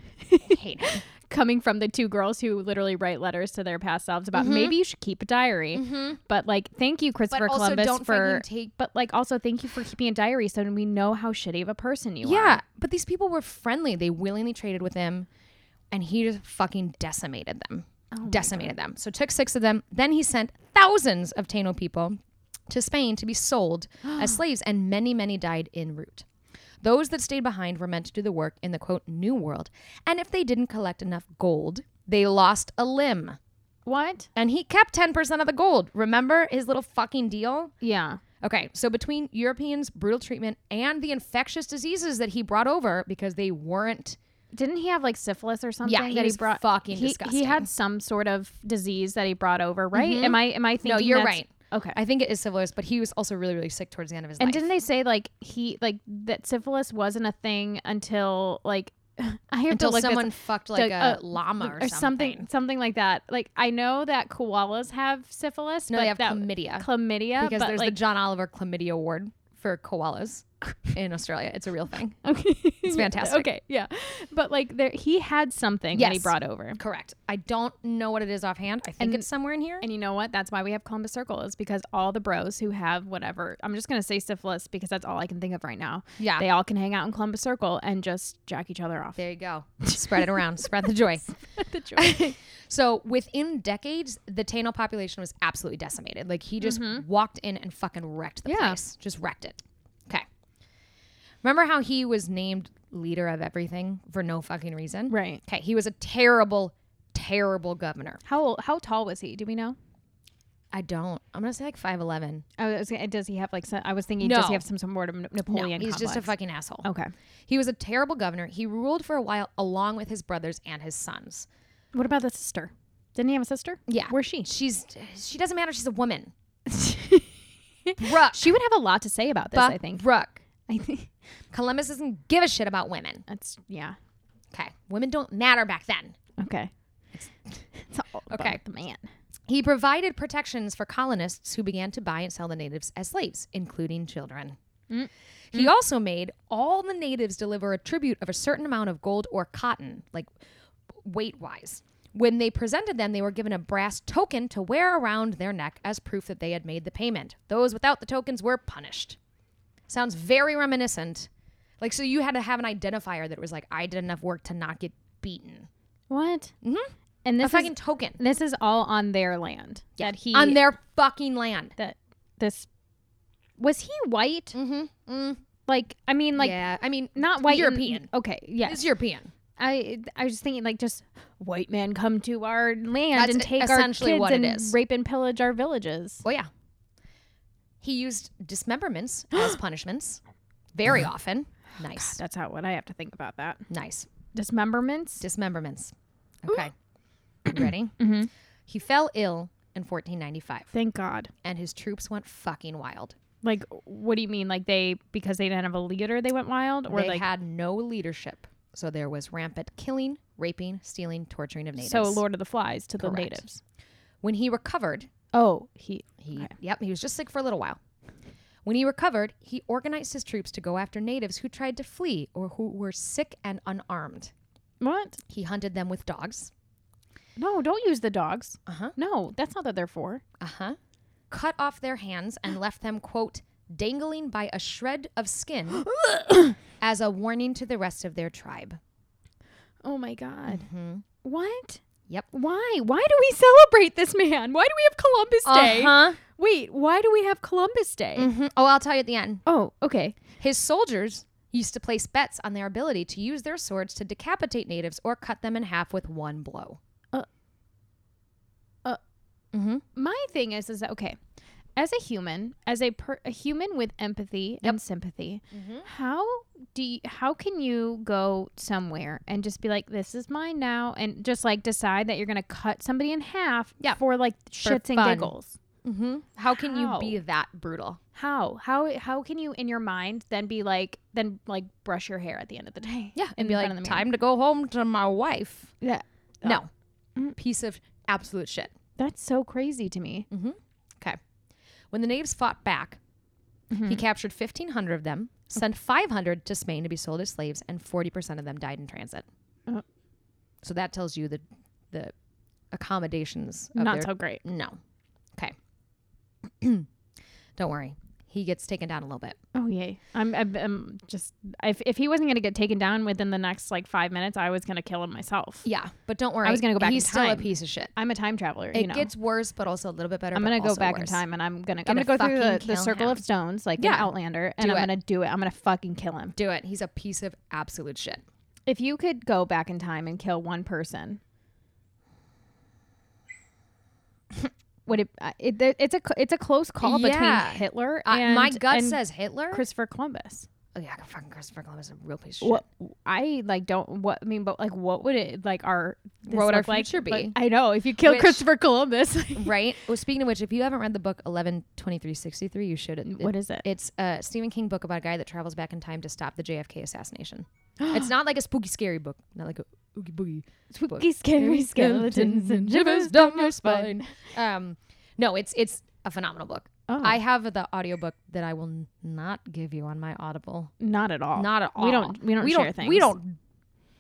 Speaker 2: hate him.
Speaker 1: Coming from the two girls who literally write letters to their past selves
Speaker 2: Mm-hmm.
Speaker 1: about maybe you should keep a diary. But like, thank you, Christopher
Speaker 2: also
Speaker 1: Columbus,
Speaker 2: don't
Speaker 1: for.
Speaker 2: fucking take-
Speaker 1: But like, also thank you for keeping a diary so we know how shitty of a person you are.
Speaker 2: Yeah, but these people were friendly. They willingly traded with him, and he just fucking decimated them. decimated them. So took six of them. Then he sent thousands of Taino people to Spain to be sold as slaves, and many, many died en route. Those that stayed behind were meant to do the work in the quote New World, and if they didn't collect enough gold, they lost a limb.
Speaker 1: What?
Speaker 2: And he kept 10% of the gold. Remember his little fucking deal?
Speaker 1: Yeah.
Speaker 2: Okay, so between Europeans' brutal treatment and the infectious diseases that he brought over because they weren't
Speaker 1: Didn't he have like syphilis or something?
Speaker 2: he
Speaker 1: that
Speaker 2: was
Speaker 1: he brought.
Speaker 2: fucking
Speaker 1: he,
Speaker 2: disgusting. Mm-hmm.
Speaker 1: He had some sort of disease that he brought over, right? Am I? Am I thinking?
Speaker 2: you're
Speaker 1: that's-
Speaker 2: right.
Speaker 1: Okay.
Speaker 2: I think it is syphilis, but he was also really, really sick towards the end of his
Speaker 1: and
Speaker 2: life.
Speaker 1: didn't they say like he like that syphilis wasn't a thing until like <laughs> I have
Speaker 2: until
Speaker 1: to look this
Speaker 2: someone fucked like
Speaker 1: like,
Speaker 2: a
Speaker 1: uh,
Speaker 2: llama or,
Speaker 1: or something. something like that. Like I know that koalas have syphilis,
Speaker 2: No,
Speaker 1: but
Speaker 2: they have
Speaker 1: that,
Speaker 2: chlamydia
Speaker 1: chlamydia
Speaker 2: because
Speaker 1: but
Speaker 2: there's
Speaker 1: like
Speaker 2: the John Oliver Chlamydia Award for koalas. in Australia. It's a real
Speaker 1: <laughs>
Speaker 2: thing.
Speaker 1: Okay.
Speaker 2: It's fantastic.
Speaker 1: okay, yeah. But like there he had something that he
Speaker 2: Yes.
Speaker 1: brought over.
Speaker 2: Correct. I don't know what it is offhand. I think
Speaker 1: And-
Speaker 2: it's somewhere in here.
Speaker 1: And you know what? That's why we have Columbus Circle is because all the bros who have whatever I'm just gonna say syphilis because that's all I can think of right now.
Speaker 2: yeah.
Speaker 1: They all can hang out in Columbus Circle and just jack each other off.
Speaker 2: there you go. Spread it around. Spread the joy.
Speaker 1: <laughs> The joy.
Speaker 2: <laughs> So within decades, the Taino population was absolutely decimated. Like he just walked in and fucking wrecked the
Speaker 1: Yeah.
Speaker 2: place. Just wrecked it. Okay. Remember how he was named leader of everything for no fucking reason?
Speaker 1: right.
Speaker 2: Okay. He was a terrible, terrible governor.
Speaker 1: How old, how tall was he? Do we know?
Speaker 2: I don't. I'm gonna say like five eleven.
Speaker 1: I was gonna- does he have like some, I was thinking does he
Speaker 2: No.
Speaker 1: have some sort of Na-
Speaker 2: No,
Speaker 1: Napoleon?
Speaker 2: he's just a
Speaker 1: complex?
Speaker 2: fucking asshole.
Speaker 1: Okay.
Speaker 2: He was a terrible governor. He ruled for a while along with his brothers and his sons.
Speaker 1: What about the sister? Didn't he have a sister?
Speaker 2: Yeah. <laughs>
Speaker 1: Where's she?
Speaker 2: She's she doesn't matter. She's a <laughs> woman. Brooke.
Speaker 1: She would have a lot to say about this, I think.
Speaker 2: Brooke.
Speaker 1: I think
Speaker 2: Columbus doesn't give a shit about women.
Speaker 1: that's yeah.
Speaker 2: Okay. Women don't matter back then.
Speaker 1: Okay. It's all about
Speaker 2: Okay.
Speaker 1: the man.
Speaker 2: He provided protections for colonists who began to buy and sell the natives as slaves, including children.
Speaker 1: Mm.
Speaker 2: He also made all the natives deliver a tribute of a certain amount of gold or cotton, like weight wise. When they presented them, they were given a brass token to wear around their neck as proof that they had made the payment. Those without the tokens were punished. Sounds very reminiscent. Like, so you had to have an identifier that was like, I did enough work to not get beaten.
Speaker 1: What? Mm-hmm. And
Speaker 2: A
Speaker 1: this
Speaker 2: fucking
Speaker 1: is,
Speaker 2: token.
Speaker 1: this is all on their land. That he
Speaker 2: on their fucking land.
Speaker 1: that this was he white?
Speaker 2: Mm-hmm.
Speaker 1: Like I mean like
Speaker 2: yeah, I mean,
Speaker 1: not white in-
Speaker 2: European.
Speaker 1: okay, yes.
Speaker 2: It's European.
Speaker 1: I I was thinking like just white man come to our land
Speaker 2: That's
Speaker 1: and take our kids
Speaker 2: essentially what it
Speaker 1: and
Speaker 2: is.
Speaker 1: rape and pillage our villages.
Speaker 2: Oh yeah. He used <gasps> dismemberments as punishments, very often. Nice,
Speaker 1: That's how what I have to think about that.
Speaker 2: nice
Speaker 1: Dismemberments.
Speaker 2: dismemberments. Okay, You <clears throat> ready? He fell ill in 1495,
Speaker 1: Thank God.
Speaker 2: and his troops went fucking wild.
Speaker 1: Like what do you mean? Like they because they didn't have a leader they went wild or
Speaker 2: they
Speaker 1: like
Speaker 2: had no leadership, so there was rampant killing, raping, stealing, torturing of natives.
Speaker 1: so Lord of the Flies to the
Speaker 2: Correct.
Speaker 1: natives.
Speaker 2: when he recovered,
Speaker 1: Oh, he
Speaker 2: He, Yep, he was just sick for a little while. When he recovered, he organized his troops to go after natives who tried to flee or who were sick and unarmed.
Speaker 1: what?
Speaker 2: He hunted them with dogs.
Speaker 1: No, don't use the dogs.
Speaker 2: Uh huh.
Speaker 1: No, that's not what they're for.
Speaker 2: Uh huh. Cut off their hands and left them, quote, dangling by a shred of skin as a warning to the rest of their tribe.
Speaker 1: Oh my God. What?
Speaker 2: Mm-hmm. Yep.
Speaker 1: Why? Why do we celebrate this man? Why do we have Columbus Day?
Speaker 2: Uh-huh.
Speaker 1: Wait, why do we have Columbus Day?
Speaker 2: Mhm. Oh, I'll tell you at the end.
Speaker 1: Oh, okay.
Speaker 2: His soldiers used to place bets on their ability to use their swords to decapitate natives or cut them in half with one blow.
Speaker 1: Uh, uh.
Speaker 2: Mm-hmm.
Speaker 1: My thing is, is that okay? As a human, as a, per, a human with empathy and sympathy,
Speaker 2: Mm-hmm.
Speaker 1: how do you, how can you go somewhere and just be like, "This is mine now," and just like decide that you're gonna cut somebody in half
Speaker 2: Yeah.
Speaker 1: for like shits and
Speaker 2: fun.
Speaker 1: giggles?
Speaker 2: Mm-hmm. How can
Speaker 1: How?
Speaker 2: you be that brutal?
Speaker 1: How how how can you in your mind then be like then like brush your hair at the end of the day?
Speaker 2: Yeah,
Speaker 1: in
Speaker 2: and be
Speaker 1: front
Speaker 2: like,
Speaker 1: of the mirror?
Speaker 2: time to go home to my wife.
Speaker 1: Yeah, Mm.
Speaker 2: No, piece of absolute shit.
Speaker 1: that's so crazy to me.
Speaker 2: Okay. When the natives fought back,
Speaker 1: Mm-hmm.
Speaker 2: he captured fifteen hundred of them, sent five hundred to Spain to be sold as slaves, and forty percent of them died in transit.
Speaker 1: Uh.
Speaker 2: So that tells you the the accommodations. Of
Speaker 1: Not
Speaker 2: their-
Speaker 1: so great.
Speaker 2: no.
Speaker 1: <clears throat>
Speaker 2: Okay. Don't worry. He gets taken down a little bit.
Speaker 1: Oh yay! I'm, I'm, I'm just if if he wasn't gonna get taken down within the next like five minutes, I was gonna kill him myself.
Speaker 2: Yeah, but don't worry.
Speaker 1: was gonna go back in
Speaker 2: He's still a
Speaker 1: time.
Speaker 2: piece of shit.
Speaker 1: I'm a time traveler.
Speaker 2: It
Speaker 1: you know,
Speaker 2: gets worse, but also a little bit better.
Speaker 1: I'm
Speaker 2: but
Speaker 1: gonna go
Speaker 2: also
Speaker 1: back in
Speaker 2: worse.
Speaker 1: time and I'm gonna I'm
Speaker 2: Gonna
Speaker 1: gonna go through the,
Speaker 2: fucking
Speaker 1: the
Speaker 2: kill
Speaker 1: circle of
Speaker 2: him.
Speaker 1: stones like
Speaker 2: Yeah.
Speaker 1: an Outlander, and
Speaker 2: Do
Speaker 1: I'm
Speaker 2: it.
Speaker 1: gonna do it. I'm gonna fucking kill him.
Speaker 2: Do it. He's a piece of absolute shit.
Speaker 1: If you could go back in time and kill one person, <laughs> would it? uh, it it's a it's a close call
Speaker 2: Yeah.
Speaker 1: between Hitler
Speaker 2: I-
Speaker 1: and
Speaker 2: Uh, my gut
Speaker 1: and
Speaker 2: says Hitler.
Speaker 1: Christopher Columbus.
Speaker 2: oh yeah, fucking Christopher Columbus is a real piece of shit.
Speaker 1: what I like don't what I mean, but like what would it like our this
Speaker 2: What would our
Speaker 1: look like?
Speaker 2: future be?
Speaker 1: Like, I know if you kill
Speaker 2: Which-
Speaker 1: Christopher Columbus,
Speaker 2: <laughs> Right. Well, speaking of which, if you haven't read the book Eleven Twenty Three Sixty Three, you should. It,
Speaker 1: what is it?
Speaker 2: It's a Stephen King book about a guy that travels back in time to stop the JFK
Speaker 1: <gasps>
Speaker 2: assassination. it's not like a spooky scary book, not like a oogie boogie.
Speaker 1: Spooky, scary skeletons and shivers down your spine.
Speaker 2: Um, no, it's it's a phenomenal book.
Speaker 1: Oh,
Speaker 2: I have the audiobook that I will n- not give you on my Audible.
Speaker 1: not at all.
Speaker 2: Not at all.
Speaker 1: Oh. We don't. We don't
Speaker 2: we
Speaker 1: share
Speaker 2: don't,
Speaker 1: things.
Speaker 2: We don't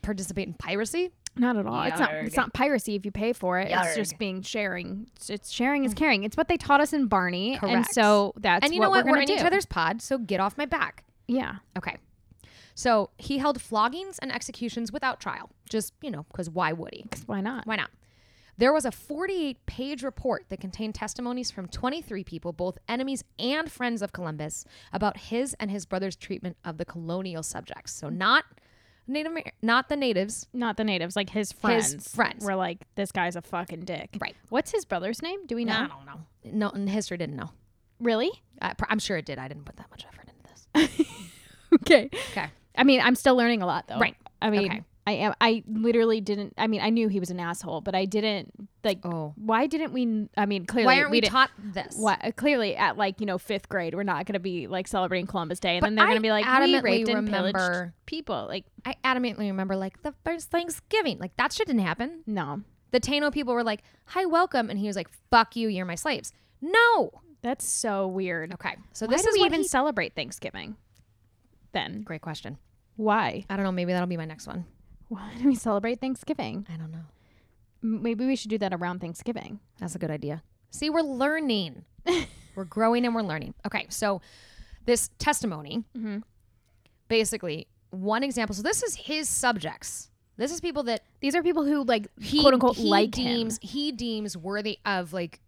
Speaker 2: participate in piracy.
Speaker 1: Not at all. It's not. It's
Speaker 2: Yarg.
Speaker 1: not piracy if you pay for it. It's just
Speaker 2: Yarg. Mm.
Speaker 1: being sharing. It's, it's sharing is caring. It's what they taught us in Barney, and
Speaker 2: Correct.
Speaker 1: so that's
Speaker 2: and you
Speaker 1: what
Speaker 2: know what?
Speaker 1: we're
Speaker 2: We're,
Speaker 1: gonna
Speaker 2: in
Speaker 1: do.
Speaker 2: each other's pod, so get off my back.
Speaker 1: yeah.
Speaker 2: Okay. So he held floggings and executions without trial. Just, you know, because why would he?
Speaker 1: 'Cause why not?
Speaker 2: Why not? There was a 48 page report that contained testimonies from 23 people, both enemies and friends of Columbus, about his and his brother's treatment of the colonial subjects. So, not Native, Amer- not the natives.
Speaker 1: Not the natives. Like his friends.
Speaker 2: friends.
Speaker 1: were like, this guy's a fucking dick.
Speaker 2: Right.
Speaker 1: What's his brother's name? Do we know?
Speaker 2: I don't know. No, and history didn't know.
Speaker 1: Really?
Speaker 2: I, pr- I'm sure it did. I didn't put that much effort into this. <laughs>
Speaker 1: Okay.
Speaker 2: Okay.
Speaker 1: I mean, I'm still learning a lot though.
Speaker 2: Right.
Speaker 1: I mean,
Speaker 2: Okay.
Speaker 1: I am. I literally didn't. I mean, I knew he was an asshole, but I didn't like.
Speaker 2: Oh.
Speaker 1: Why didn't we? I mean, clearly,
Speaker 2: Why aren't we,
Speaker 1: didn't-
Speaker 2: taught this?
Speaker 1: Why, uh, clearly, at like you know fifth grade, we're not going to be like celebrating Columbus Day, and
Speaker 2: But
Speaker 1: then they're
Speaker 2: I
Speaker 1: going to be like, we
Speaker 2: adamantly
Speaker 1: raped and pillaged
Speaker 2: remember-
Speaker 1: people. Like,
Speaker 2: I adamantly remember, like, the first Thanksgiving. Like, that shit didn't happen.
Speaker 1: no,
Speaker 2: The Taino people were like, hi, welcome. And he was like, fuck you, you're my slaves. No.
Speaker 1: that's so weird.
Speaker 2: Okay. So
Speaker 1: Why
Speaker 2: this
Speaker 1: do
Speaker 2: is
Speaker 1: we
Speaker 2: what
Speaker 1: even
Speaker 2: he-
Speaker 1: celebrate Thanksgiving? Then
Speaker 2: Great question.
Speaker 1: why? <laughs>
Speaker 2: I don't know. Maybe that'll be my next one.
Speaker 1: Why do we celebrate Thanksgiving?
Speaker 2: I don't know.
Speaker 1: M- Maybe we should do that around Thanksgiving.
Speaker 2: That's a good idea. See, we're
Speaker 1: <laughs>
Speaker 2: learning. we're growing and we're learning. Okay. So this testimony,
Speaker 1: Mm-hmm.
Speaker 2: basically, one example. So this is his subjects. This is people that
Speaker 1: These are people who like
Speaker 2: he
Speaker 1: quote unquote
Speaker 2: he
Speaker 1: like him.
Speaker 2: deems he deems worthy of like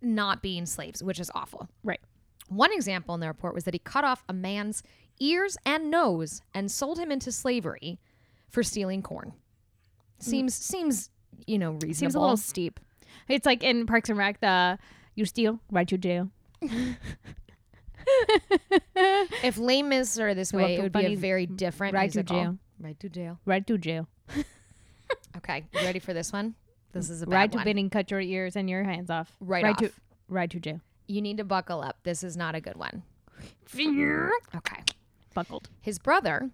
Speaker 2: not being slaves, which is awful.
Speaker 1: Right.
Speaker 2: One example in the report was that he cut off a man's ears and nose and sold him into slavery for stealing corn. Seems seems you know reasonable.
Speaker 1: Mm. Seems a little steep. It's like in Parks and Rec, the you steal, right you jail.
Speaker 2: if Les Mis are this way,
Speaker 1: up
Speaker 2: it
Speaker 1: to
Speaker 2: would be a
Speaker 1: Bunny's
Speaker 2: very different
Speaker 1: right to
Speaker 2: musical.
Speaker 1: jail.
Speaker 2: Right to jail.
Speaker 1: Right to jail.
Speaker 2: Okay, you ready for this one? This is a bad
Speaker 1: Right to
Speaker 2: one.
Speaker 1: bidding, cut your ears and your hands off.
Speaker 2: Right
Speaker 1: right
Speaker 2: off.
Speaker 1: to right to jail.
Speaker 2: you need to buckle up. This is not a good one. Okay. Mm-hmm.
Speaker 1: Buckled.
Speaker 2: His brother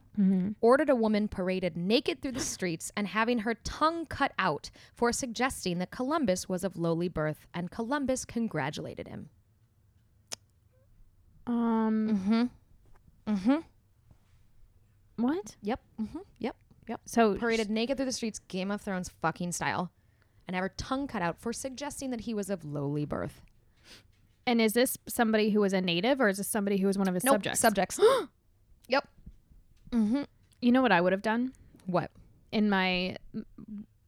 Speaker 2: ordered a woman paraded naked through the streets and having her tongue cut out for suggesting that Columbus was of lowly birth, and Columbus congratulated him.
Speaker 1: Um
Speaker 2: Mm-hmm.
Speaker 1: what?
Speaker 2: Yep. Mm-hmm. Yep. Yep.
Speaker 1: So
Speaker 2: Paraded naked through the streets, Game of Thrones fucking style, and have her tongue cut out for suggesting that he was of lowly birth.
Speaker 1: and is this somebody who was a native or is this somebody who was one of his
Speaker 2: Nope, <gasps>
Speaker 1: subjects?
Speaker 2: Subjects. yep. Mm-hmm.
Speaker 1: you know what I would have done
Speaker 2: What?
Speaker 1: in my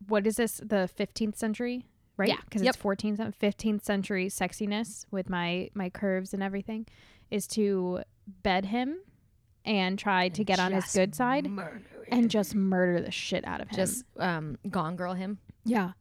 Speaker 1: what is this the 15th century, right?
Speaker 2: Yeah.
Speaker 1: Cuz
Speaker 2: Yep.
Speaker 1: it's 14th cen- 15th century sexiness with my my curves and everything is to bed him and try to get on his
Speaker 2: just
Speaker 1: good side and just murder the shit out of him.
Speaker 2: Just um, gone girl him.
Speaker 1: yeah.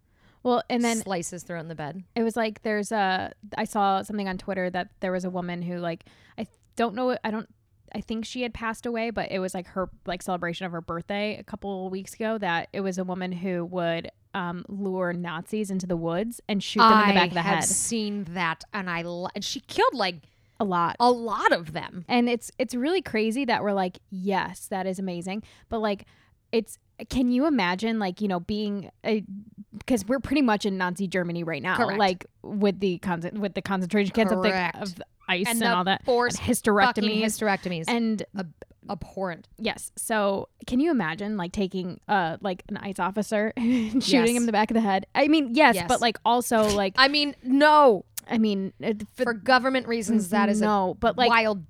Speaker 1: Well, and then
Speaker 2: slices throat in the bed.
Speaker 1: it was like there's a i saw something on twitter that there was a woman who like i don't know i don't i think she had passed away but it was like her like celebration of her birthday a couple of weeks ago that it was a woman who would um, lure nazis into the woods and shoot them in the back of the
Speaker 2: have
Speaker 1: head
Speaker 2: seen that, and I li- and she killed like
Speaker 1: a lot
Speaker 2: a lot of them.
Speaker 1: and it's it's really crazy that we're like yes that is amazing but like it's can you imagine like you know being because we're pretty much in nazi germany right now
Speaker 2: Correct.
Speaker 1: like with the concent with the concentration camps of the,
Speaker 2: Correct.
Speaker 1: of the ice
Speaker 2: And
Speaker 1: and,
Speaker 2: the
Speaker 1: all that
Speaker 2: forced
Speaker 1: and hysterectomies
Speaker 2: Fucking hysterectomies.
Speaker 1: and
Speaker 2: Ab- abhorrent.
Speaker 1: yes so can you imagine like taking uh like an ice officer <laughs> and shooting
Speaker 2: Yes.
Speaker 1: him in the back of the head i mean yes,
Speaker 2: Yes.
Speaker 1: but like also like
Speaker 2: I mean, no.
Speaker 1: i mean it-
Speaker 2: For government reasons, that is
Speaker 1: no but
Speaker 2: a
Speaker 1: like
Speaker 2: wild.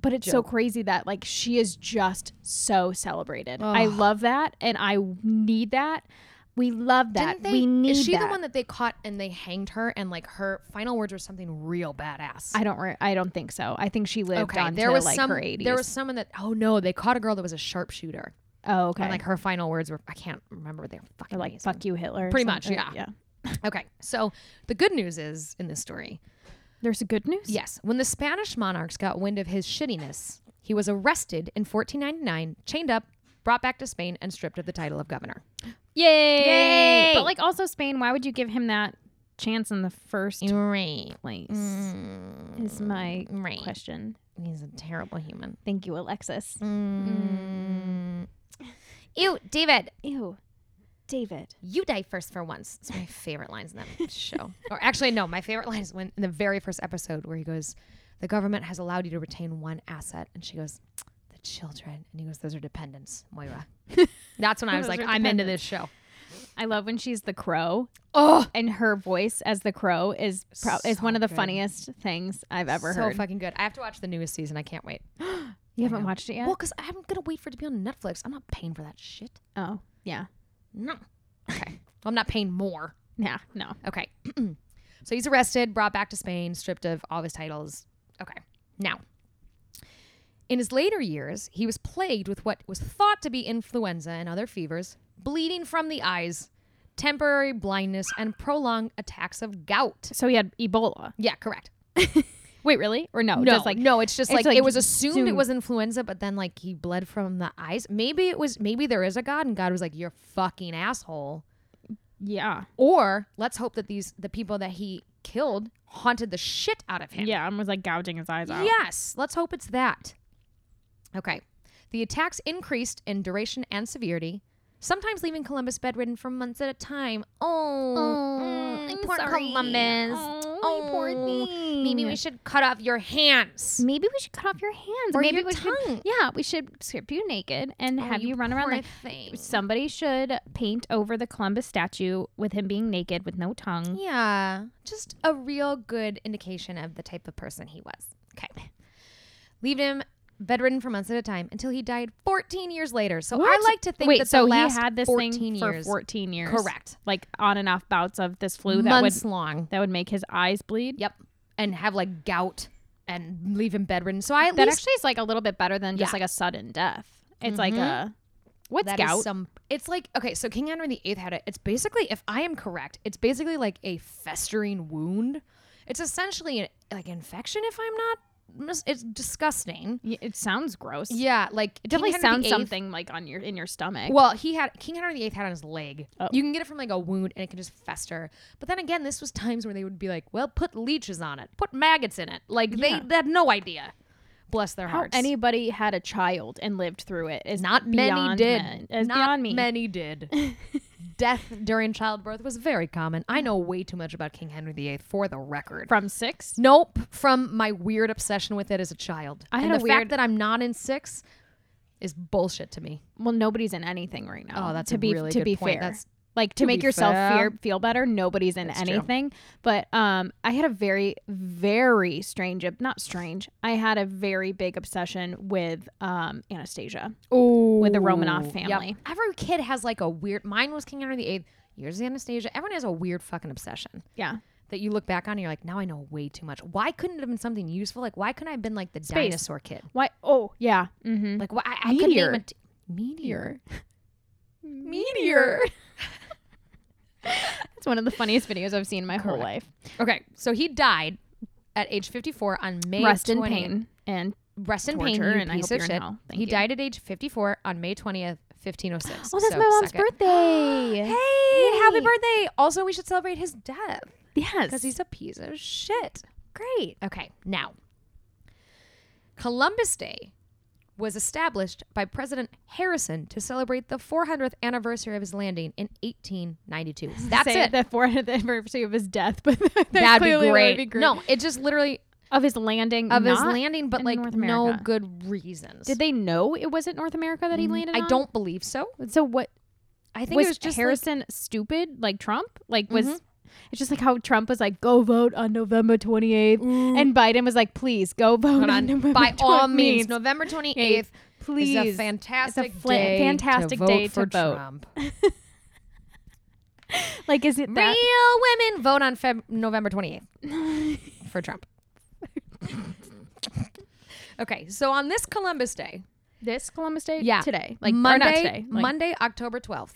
Speaker 1: but it's so crazy that like she is just so celebrated. I love that, and I need that. We love that.
Speaker 2: Didn't they-
Speaker 1: we need
Speaker 2: Is she
Speaker 1: that.
Speaker 2: the one that they caught and they hanged her, and like her final words were something real badass.
Speaker 1: I don't. Re- I don't think so. I think she lived
Speaker 2: okay,
Speaker 1: on
Speaker 2: there was
Speaker 1: like
Speaker 2: some.
Speaker 1: her eighties.
Speaker 2: There was someone that. Oh no, they caught a girl that was a sharpshooter.
Speaker 1: Oh, okay.
Speaker 2: And like her final words were, I can't remember. They're fucking
Speaker 1: Or, like
Speaker 2: amazing.
Speaker 1: fuck you, Hitler. or
Speaker 2: Pretty much,
Speaker 1: something.
Speaker 2: yeah.
Speaker 1: Yeah.
Speaker 2: Okay, so the good news is in this story,
Speaker 1: There's a good news.
Speaker 2: yes, when the Spanish monarchs got wind of his shittiness, he was arrested in 1499, chained up, brought back to Spain, and stripped of the title of governor.
Speaker 1: Yay!
Speaker 2: Yay!
Speaker 1: But like also Spain, why would you give him that chance in the first
Speaker 2: Right,
Speaker 1: place? Is my
Speaker 2: Mm, right.
Speaker 1: question.
Speaker 2: He's a terrible human.
Speaker 1: Thank
Speaker 2: Mm.
Speaker 1: you, Alexis.
Speaker 2: Ew, David.
Speaker 1: Ew. David.
Speaker 2: You die first for once. It's my favorite lines in that
Speaker 1: <laughs>
Speaker 2: show. Or actually, no, my favorite line is when in the very first episode where he goes, "The government has allowed you to retain one asset," and she goes, "The children," and he goes, "Those are dependents,
Speaker 1: <laughs>
Speaker 2: Moira." That's when I was
Speaker 1: Those
Speaker 2: like,
Speaker 1: are
Speaker 2: "I'm into this show."
Speaker 1: I love when she's the crow
Speaker 2: Oh,
Speaker 1: and her voice as the crow is pro- is
Speaker 2: So
Speaker 1: one of the
Speaker 2: good.
Speaker 1: funniest things I've ever
Speaker 2: so
Speaker 1: heard.
Speaker 2: fucking good. I have to watch the newest season. I can't wait.
Speaker 1: you haven't
Speaker 2: know.
Speaker 1: watched it yet?
Speaker 2: Well, because I'm gonna wait for it to be on Netflix. I'm not paying for that shit.
Speaker 1: oh, yeah.
Speaker 2: No.
Speaker 1: <laughs>
Speaker 2: Okay. I'm not paying more.
Speaker 1: Yeah, no.
Speaker 2: Okay. <clears throat> so he's arrested, brought back to Spain, stripped of all his titles. Okay. Now, in his later years, he was plagued with what was thought to be influenza and other fevers, bleeding from the eyes, temporary blindness, and prolonged attacks of gout.
Speaker 1: So he had Ebola.
Speaker 2: Yeah, correct.
Speaker 1: Wait, really? Or no?
Speaker 2: No,
Speaker 1: Just like
Speaker 2: no, it's just
Speaker 1: it's
Speaker 2: like,
Speaker 1: like
Speaker 2: it was assumed it
Speaker 1: assumed.
Speaker 2: was influenza, but then like he bled from the eyes. Maybe it was maybe there is a God and God was like, You're fucking asshole.
Speaker 1: yeah,
Speaker 2: Or let's hope that these the people that he killed haunted the shit out of him.
Speaker 1: yeah. And was like gouging his eyes out.
Speaker 2: Yes. Let's hope it's that. Okay. The attacks increased in duration and severity, sometimes leaving Columbus bedridden for months at a time. Oh, mm, poor Columbus.
Speaker 1: Oh, mm.
Speaker 2: Oh,
Speaker 1: poor thing.
Speaker 2: Maybe we should cut off your hands.
Speaker 1: Maybe we should cut off your hands.
Speaker 2: Or
Speaker 1: Maybe
Speaker 2: your
Speaker 1: we
Speaker 2: tongue. Oh,
Speaker 1: should. Yeah, we should strip you naked and have you, run around
Speaker 2: Poor
Speaker 1: like.
Speaker 2: thing.
Speaker 1: Somebody should paint over the Columbus statue with him being naked with no tongue.
Speaker 2: Yeah, just a real good indication of the type of person he was. Okay. Leave him bedridden for months at a time until he died 14 years later. So I
Speaker 1: What?
Speaker 2: like to think
Speaker 1: Wait,
Speaker 2: that
Speaker 1: so
Speaker 2: the last
Speaker 1: he had this
Speaker 2: 14
Speaker 1: thing
Speaker 2: years,
Speaker 1: for 14 years.
Speaker 2: correct,
Speaker 1: Like on and off bouts of this flu that
Speaker 2: months
Speaker 1: would
Speaker 2: long.
Speaker 1: that would make his eyes bleed.
Speaker 2: Yep, and have like gout and leave him bedridden. So I at
Speaker 1: That
Speaker 2: least
Speaker 1: actually is like a little bit better than just
Speaker 2: Yeah.
Speaker 1: like a sudden death. It's like a what's
Speaker 2: that is
Speaker 1: gout?
Speaker 2: some. It's like okay, so King Henry VIII had it. It's basically, if I am correct, it's basically like a festering wound. It's essentially an, like infection. If I'm not, mis- it's disgusting.
Speaker 1: Y- it sounds gross.
Speaker 2: Yeah, like
Speaker 1: It definitely sounds
Speaker 2: something.
Speaker 1: something like on your in your stomach.
Speaker 2: Well, he had King Henry VIII had on his leg.
Speaker 1: Oh.
Speaker 2: You can get it from like a wound, and it can just fester. But then again, this was times where they would be like, "Well, put leeches on it, put maggots in it." Like
Speaker 1: Yeah.
Speaker 2: they, they had no idea. Bless their
Speaker 1: How
Speaker 2: hearts.
Speaker 1: anybody had a child and lived through it is
Speaker 2: not many
Speaker 1: beyond
Speaker 2: did.
Speaker 1: men- is
Speaker 2: not
Speaker 1: beyond me.
Speaker 2: many did.
Speaker 1: <laughs>
Speaker 2: Death during childbirth was very common. I know way too much about King Henry VIII for the record.
Speaker 1: From six,
Speaker 2: Nope, from my weird obsession with it as a child.
Speaker 1: I had
Speaker 2: and
Speaker 1: a
Speaker 2: the
Speaker 1: weird-
Speaker 2: fact that I'm not in six is bullshit to me.
Speaker 1: well, nobody's in anything right now.
Speaker 2: Oh, that's
Speaker 1: to
Speaker 2: a
Speaker 1: be
Speaker 2: really
Speaker 1: to
Speaker 2: good
Speaker 1: be
Speaker 2: point.
Speaker 1: fair.
Speaker 2: That's-
Speaker 1: like to, make
Speaker 2: be
Speaker 1: yourself
Speaker 2: fair.
Speaker 1: fear, feel better. Nobody's in
Speaker 2: true.
Speaker 1: anything. But um, I had a very very strange ob- not strange. I had a very big obsession with um Anastasia.
Speaker 2: Ooh.
Speaker 1: the Romanov family.
Speaker 2: Every kid has like a weird. Mine was King Henry VIII. Yours is Anastasia. Everyone has a weird fucking obsession
Speaker 1: Yeah,
Speaker 2: that you look back on and you're like, now I know way too much. Why couldn't it have been something useful? Like, why couldn't I have been like the
Speaker 1: Space.
Speaker 2: dinosaur kid?
Speaker 1: Why? Oh, yeah. Mm-hmm.
Speaker 2: Like, why, I, I could name
Speaker 1: Meteor.
Speaker 2: a t-
Speaker 1: <laughs>
Speaker 2: meteor.
Speaker 1: Meteor. It's one of the funniest videos I've seen in my whole life.
Speaker 2: okay, so he died at age 54 on May.
Speaker 1: Rest in
Speaker 2: 20
Speaker 1: pain and
Speaker 2: Rest in pain. You
Speaker 1: Torture, and I
Speaker 2: piece of
Speaker 1: hope you're in
Speaker 2: shit.
Speaker 1: hell. Thank
Speaker 2: He
Speaker 1: you.
Speaker 2: died at age 54 on May 20th, 1506.
Speaker 1: oh,
Speaker 2: So
Speaker 1: that's my mom's
Speaker 2: suck it.
Speaker 1: <gasps> birthday.
Speaker 2: Hey, happy
Speaker 1: Hey.
Speaker 2: birthday! Also, we should celebrate his death.
Speaker 1: Yes,
Speaker 2: because he's a piece of shit. Great. Okay, now Columbus Day was established by President Harrison to celebrate the 400th anniversary of his landing in 1892. That's
Speaker 1: <laughs> Say
Speaker 2: it.
Speaker 1: The fourth anniversary of his death, but <laughs> that's
Speaker 2: That'd be
Speaker 1: clearly what
Speaker 2: great.
Speaker 1: would be great.
Speaker 2: No, it just literally
Speaker 1: of his landing.
Speaker 2: of his
Speaker 1: not-
Speaker 2: landing, but
Speaker 1: in
Speaker 2: like
Speaker 1: North
Speaker 2: no
Speaker 1: America.
Speaker 2: good reasons.
Speaker 1: Did they know it wasn't North America that he landed?
Speaker 2: Mm, I
Speaker 1: on?
Speaker 2: don't believe so.
Speaker 1: So what?
Speaker 2: I think
Speaker 1: was
Speaker 2: it was just
Speaker 1: <laughs>
Speaker 2: like, Mm-hmm.
Speaker 1: Harrison stupid like Trump? Like was it's just like how Trump was like go vote on November 28th and Biden was like please go vote
Speaker 2: hold
Speaker 1: on,
Speaker 2: on,
Speaker 1: November
Speaker 2: by all
Speaker 1: 28th.
Speaker 2: means, November 28th.
Speaker 1: please.
Speaker 2: is a fantastic
Speaker 1: fl-
Speaker 2: day
Speaker 1: fantastic
Speaker 2: to vote
Speaker 1: day to
Speaker 2: for
Speaker 1: vote.
Speaker 2: Trump.
Speaker 1: like is it that
Speaker 2: Real women vote on Feb- November 28th <laughs> for Trump. okay, so on this Columbus Day,
Speaker 1: this Columbus Day
Speaker 2: yeah,
Speaker 1: today like or not
Speaker 2: Monday,
Speaker 1: today, like-
Speaker 2: Monday, October 12th,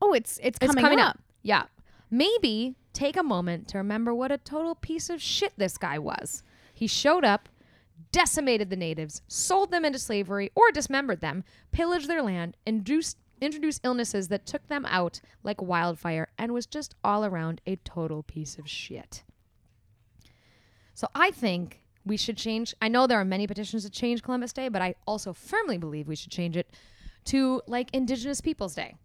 Speaker 1: oh it's it's
Speaker 2: it's
Speaker 1: coming, up.
Speaker 2: Yeah, maybe take a moment to remember what a total piece of shit this guy was. He showed up, decimated the natives, sold them into slavery or dismembered them, pillaged their land, induced introduced illnesses that took them out like wildfire, and was just all around a total piece of shit. So I think we should change. I know there are many petitions to change Columbus Day, but I also firmly believe we should change it to like Indigenous Peoples Day.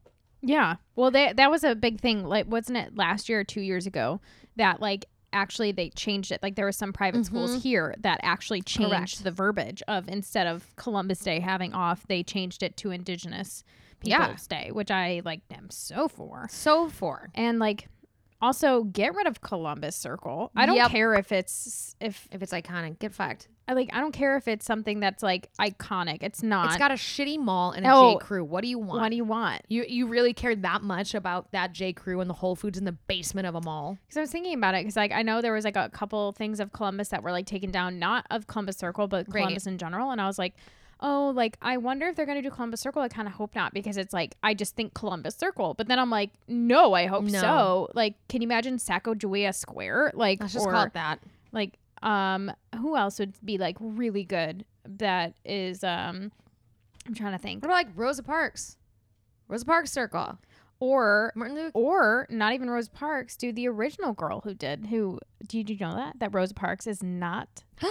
Speaker 1: Yeah. Well, they, that was a big thing. Like, wasn't it last year or two years ago that like actually they changed it? Like, there were some private schools here that actually changed
Speaker 2: Mm-hmm. Correct.
Speaker 1: the verbiage of instead of Columbus Day having off, they changed it to Indigenous Peoples
Speaker 2: Yeah.
Speaker 1: Day, which I like am so for.
Speaker 2: So for
Speaker 1: And like, also get rid of Columbus Circle. I don't
Speaker 2: Yep.
Speaker 1: care if it's if
Speaker 2: if it's iconic, get fucked.
Speaker 1: I like I don't care if it's something that's like iconic. It's not.
Speaker 2: It's got a shitty mall and a J.
Speaker 1: Oh.
Speaker 2: Crew. What do you want?
Speaker 1: what do you want?
Speaker 2: You you really cared that much about that J. Crew and the Whole Foods in the basement of a mall?
Speaker 1: Because I was thinking about it, because like I know there was like a couple things of Columbus that were like taken down, not of Columbus Circle, but
Speaker 2: Right.
Speaker 1: Columbus in general, and I was like, oh, like I wonder if they're gonna do Columbus Circle. I kind of hope not, because it's like I just think Columbus Circle, but then I'm like, no, I hope
Speaker 2: No.
Speaker 1: so. Like, can you imagine Sacagawea Square? Like,
Speaker 2: Let's just
Speaker 1: or
Speaker 2: call it that.
Speaker 1: like, um, who else would be like really good? That is, um, I'm trying to think,
Speaker 2: What about like Rosa Parks? Rosa Parks Circle.
Speaker 1: or
Speaker 2: Martin Luther.
Speaker 1: or not even Rose Parks, do the original girl who did who did you know that that Rose Parks is not
Speaker 2: <gasps>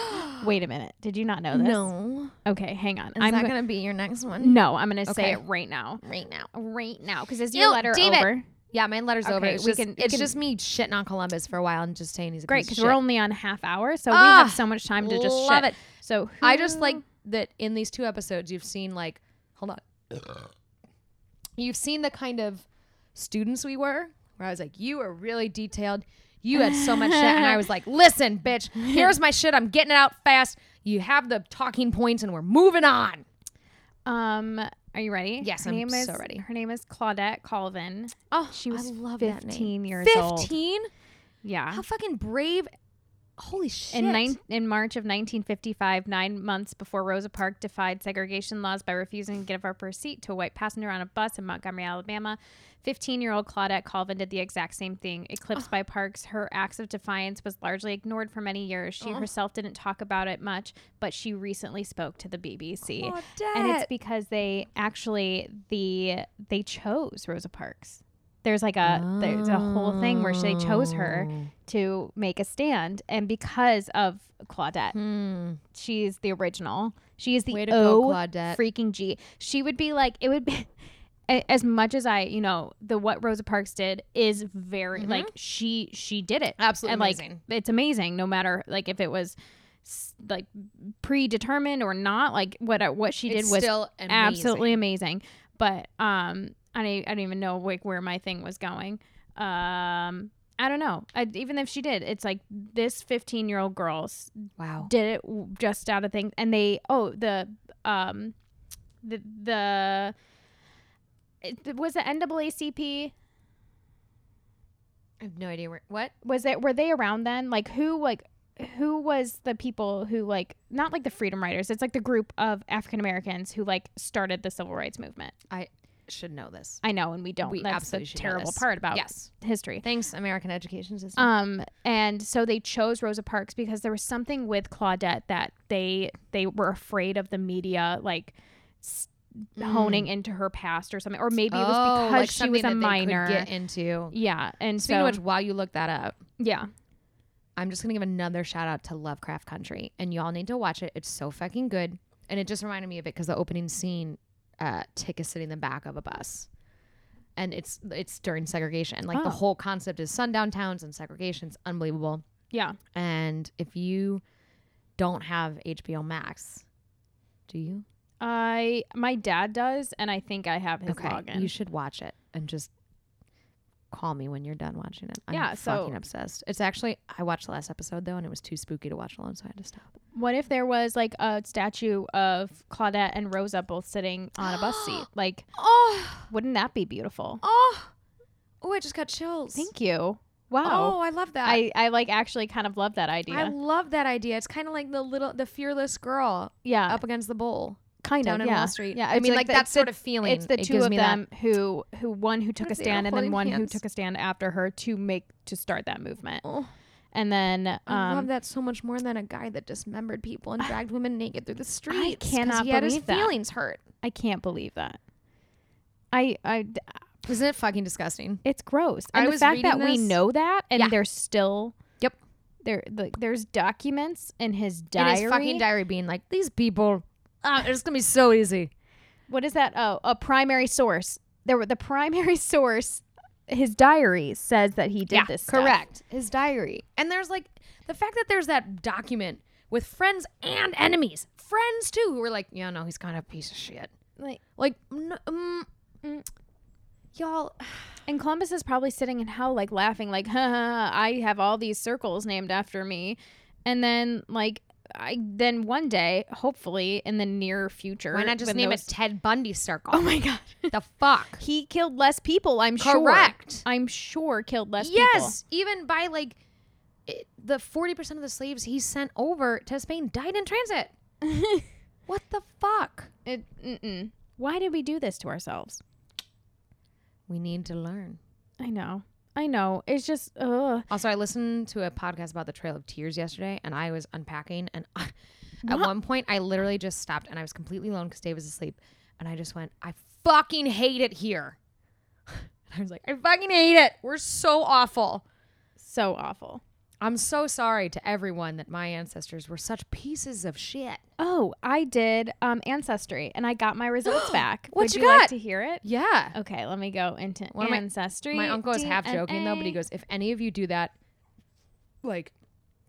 Speaker 1: Wait a minute. Did you not know this?
Speaker 2: no.
Speaker 1: Okay, hang on.
Speaker 2: Is
Speaker 1: I'm
Speaker 2: that
Speaker 1: go-
Speaker 2: gonna be your next one?
Speaker 1: No, I'm going to say
Speaker 2: Okay.
Speaker 1: it right now.
Speaker 2: Right now.
Speaker 1: Right now cuz is
Speaker 2: You
Speaker 1: your
Speaker 2: know,
Speaker 1: letter
Speaker 2: David,
Speaker 1: over?
Speaker 2: Yeah, my letter's over.
Speaker 1: Okay,
Speaker 2: It's
Speaker 1: we
Speaker 2: just,
Speaker 1: can- we
Speaker 2: it's
Speaker 1: can-
Speaker 2: just me shitting on Columbus for a while and just saying he's a
Speaker 1: Great
Speaker 2: piece
Speaker 1: cuz
Speaker 2: of
Speaker 1: we're
Speaker 2: shit.
Speaker 1: only on half hour, so we
Speaker 2: Ah,
Speaker 1: have so much time to just
Speaker 2: love
Speaker 1: shit.
Speaker 2: it.
Speaker 1: So
Speaker 2: I just
Speaker 1: who-
Speaker 2: like that in these two episodes you've seen like hold <clears throat> on. You've seen the kind of students we were where I was like, You are really detailed. You had so much shit and I was <laughs> like, Listen, bitch, here's my shit. I'm getting it out fast. You have the talking points and we're moving on.
Speaker 1: um are you ready?
Speaker 2: Yes,
Speaker 1: her
Speaker 2: I'm
Speaker 1: name is,
Speaker 2: so ready.
Speaker 1: Her name is Claudette Colvin.
Speaker 2: Oh,
Speaker 1: She was
Speaker 2: love that name.
Speaker 1: 15 years old.
Speaker 2: 15?
Speaker 1: Yeah.
Speaker 2: How fucking brave. Holy shit.
Speaker 1: In, nine, in March of 1955, nine months before Rosa Parks defied segregation laws by refusing to give up her seat to a white passenger on a bus in Montgomery, Alabama, 15 year old Claudette Colvin did the exact same thing. Eclipsed by Parks, her acts of defiance was largely ignored for many years. She herself didn't talk about it much, but she recently spoke to the BBC. And it's
Speaker 2: Claudette.
Speaker 1: because they actually the they chose Rosa Parks. There's like a there's a whole thing where they chose her
Speaker 2: Oh.
Speaker 1: to make a stand, and because of Claudette,
Speaker 2: Hmm.
Speaker 1: she's the original. She is the
Speaker 2: Way to
Speaker 1: O
Speaker 2: go, Claudette.
Speaker 1: freaking G. She would be like it would be. <laughs> a- As much as I, you know, the what Rosa Parks did is very like she she did it
Speaker 2: Mm-hmm. Absolutely
Speaker 1: and like
Speaker 2: amazing.
Speaker 1: it's amazing. No matter like if it was s- like predetermined or not, like what uh, what she did
Speaker 2: It's
Speaker 1: was
Speaker 2: still amazing.
Speaker 1: absolutely amazing. But um, I don't, I don't even know like where my thing was going. Um, I don't know. I, even if she did, it's like this fifteen-year-old girl s-
Speaker 2: Wow.
Speaker 1: did it w- just out of things, and they oh the um the the it, was the NAACP
Speaker 2: I have no idea where. What?
Speaker 1: was it were they around then? Like who like who was the people who like not like the freedom riders it's like the group of african americans who like started the civil rights movement
Speaker 2: I should know this.
Speaker 1: I know, and we don't.
Speaker 2: We
Speaker 1: That's
Speaker 2: absolutely
Speaker 1: the
Speaker 2: should know
Speaker 1: terrible
Speaker 2: this.
Speaker 1: part about
Speaker 2: Yes.
Speaker 1: history.
Speaker 2: Thanks, American education system.
Speaker 1: Um, and so they chose Rosa Parks because there was something with Claudette that they they were afraid of the media like s- honing into her past or something, or maybe it was
Speaker 2: Mm. Oh,
Speaker 1: because
Speaker 2: like
Speaker 1: she
Speaker 2: something
Speaker 1: was
Speaker 2: that
Speaker 1: a
Speaker 2: they could
Speaker 1: minor.
Speaker 2: Get into.
Speaker 1: yeah, and
Speaker 2: Speaking
Speaker 1: so
Speaker 2: of which, while you look that up,
Speaker 1: yeah,
Speaker 2: I'm just gonna give another shout out to Lovecraft Country, and y'all need to watch it. It's so fucking good, and it just reminded me of it because the opening scene, uh, Tick is sitting in the back of a bus, and it's it's during segregation. Like
Speaker 1: Oh.
Speaker 2: the whole concept is sundown towns and segregation. It's unbelievable.
Speaker 1: yeah.
Speaker 2: And if you don't have HBO Max, do you?
Speaker 1: I my dad does, and I think I have his login.
Speaker 2: You should watch it and just call me when you're done watching it. I'm
Speaker 1: Yeah, so-
Speaker 2: fucking obsessed. It's actually I watched the last episode though and it was too spooky to watch alone, so I had to stop.
Speaker 1: what if there was like a statue of Claudette and Rosa both sitting on a bus
Speaker 2: <gasps>
Speaker 1: seat? Like,
Speaker 2: Oh,
Speaker 1: wouldn't that be beautiful?
Speaker 2: oh, oh! I just got chills. Oh,
Speaker 1: Thank you. Wow.
Speaker 2: I love that.
Speaker 1: I, I like actually kind of love that idea.
Speaker 2: love that idea. It's kind of like the little the fearless girl
Speaker 1: yeah,
Speaker 2: against the bull
Speaker 1: kind of. yeah. Yeah,
Speaker 2: I mean, like, that sort of feeling.
Speaker 1: It's the
Speaker 2: It
Speaker 1: two
Speaker 2: gives
Speaker 1: of
Speaker 2: me that.
Speaker 1: them who who one who took
Speaker 2: What
Speaker 1: a
Speaker 2: if they were
Speaker 1: stand and then
Speaker 2: holding
Speaker 1: one who
Speaker 2: hands?
Speaker 1: took a stand after her to make to start that movement.
Speaker 2: Oh.
Speaker 1: And then
Speaker 2: I love
Speaker 1: um,
Speaker 2: that so much more than a guy that dismembered people and dragged women naked through the streets. 'cause
Speaker 1: cannot
Speaker 2: he had his
Speaker 1: believe that.
Speaker 2: feelings hurt.
Speaker 1: I can't believe that. I I
Speaker 2: Isn't it fucking disgusting?
Speaker 1: it's gross. And
Speaker 2: I
Speaker 1: the
Speaker 2: was
Speaker 1: fact
Speaker 2: reading
Speaker 1: that we
Speaker 2: this-
Speaker 1: know that and
Speaker 2: Yeah.
Speaker 1: there's still
Speaker 2: Yep.
Speaker 1: there like there's documents in his
Speaker 2: In
Speaker 1: diary.
Speaker 2: his fucking diary being like, these people, ah, it's gonna be so easy.
Speaker 1: what is that? Oh, a primary source. there were the primary <laughs> source. His diary says that he did
Speaker 2: yeah,
Speaker 1: this. stuff.
Speaker 2: correct. His diary. And there's like the fact that there's that document with friends and enemies, friends too, who were like, yeah, no, he's kind of a piece of shit.
Speaker 1: Like,
Speaker 2: Like, n- mm, mm, y'all, <sighs>
Speaker 1: and Columbus is probably sitting in hell, like laughing, like, ha, ha, ha, I have all these circles named after me, and then like, I then one day, hopefully in the near future,
Speaker 2: why not just
Speaker 1: when
Speaker 2: name
Speaker 1: those-
Speaker 2: it Ted Bundy Circle?
Speaker 1: <laughs> Oh my god,
Speaker 2: the fuck. <laughs>
Speaker 1: he killed less people. I'm sure.
Speaker 2: Correct.
Speaker 1: I'm sure killed less people.
Speaker 2: yes, even by like it, the forty percent of the slaves he sent over to Spain died in <laughs> transit. what the fuck?
Speaker 1: It, mm-mm. Why did we do this to ourselves?
Speaker 2: We need to learn.
Speaker 1: I know. I know. It's just, ugh.
Speaker 2: Also, I listened to a podcast about the Trail of Tears yesterday, and I was unpacking, and <laughs> at one point, I literally just stopped, and I was completely alone because Dave was asleep, and I just went, "I fucking hate it here." <laughs> I was like, "I fucking hate it. We're so awful."
Speaker 1: so awful.
Speaker 2: I'm so sorry to everyone that my ancestors were such pieces of shit.
Speaker 1: Oh, I did um, Ancestry, and I got
Speaker 2: <gasps>
Speaker 1: my results back.
Speaker 2: What
Speaker 1: Would
Speaker 2: you
Speaker 1: you like
Speaker 2: got?
Speaker 1: to hear it?
Speaker 2: Yeah.
Speaker 1: Okay, let me go into
Speaker 2: One of my-
Speaker 1: Ancestry.
Speaker 2: My uncle is half
Speaker 1: DNA.
Speaker 2: joking though, but he goes, if any of you do that, like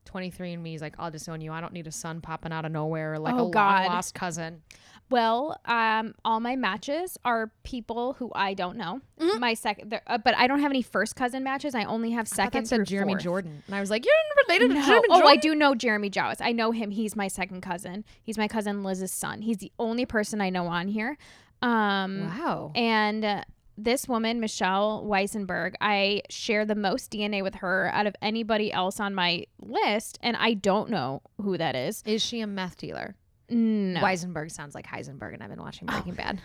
Speaker 2: 23 and me, he's like, I'll disown you. I don't need a son popping out of nowhere or like
Speaker 1: Oh,
Speaker 2: a
Speaker 1: God.
Speaker 2: long lost cousin.
Speaker 1: Well, um, all my matches are people who I don't know. My second, they're- uh, but I don't have any first cousin matches. I only have
Speaker 2: Mm-hmm. I thought that
Speaker 1: second
Speaker 2: said
Speaker 1: through
Speaker 2: Jeremy
Speaker 1: fourth.
Speaker 2: Jordan. And I was like, You're related to
Speaker 1: No.
Speaker 2: <laughs> Jeremy
Speaker 1: Oh,
Speaker 2: Jordan.
Speaker 1: I do know Jeremy Jowis. I know him. He's my second cousin. He's my cousin Liz's son. He's the only person I know on here. Um,
Speaker 2: Wow.
Speaker 1: And uh, this woman, Michelle Weisenberg, I share the most DNA with her out of anybody else on my list, and I don't know who that is.
Speaker 2: Is she a meth dealer?
Speaker 1: No, Oh.
Speaker 2: Weisenberg sounds like Heisenberg, and I've been watching Breaking Bad.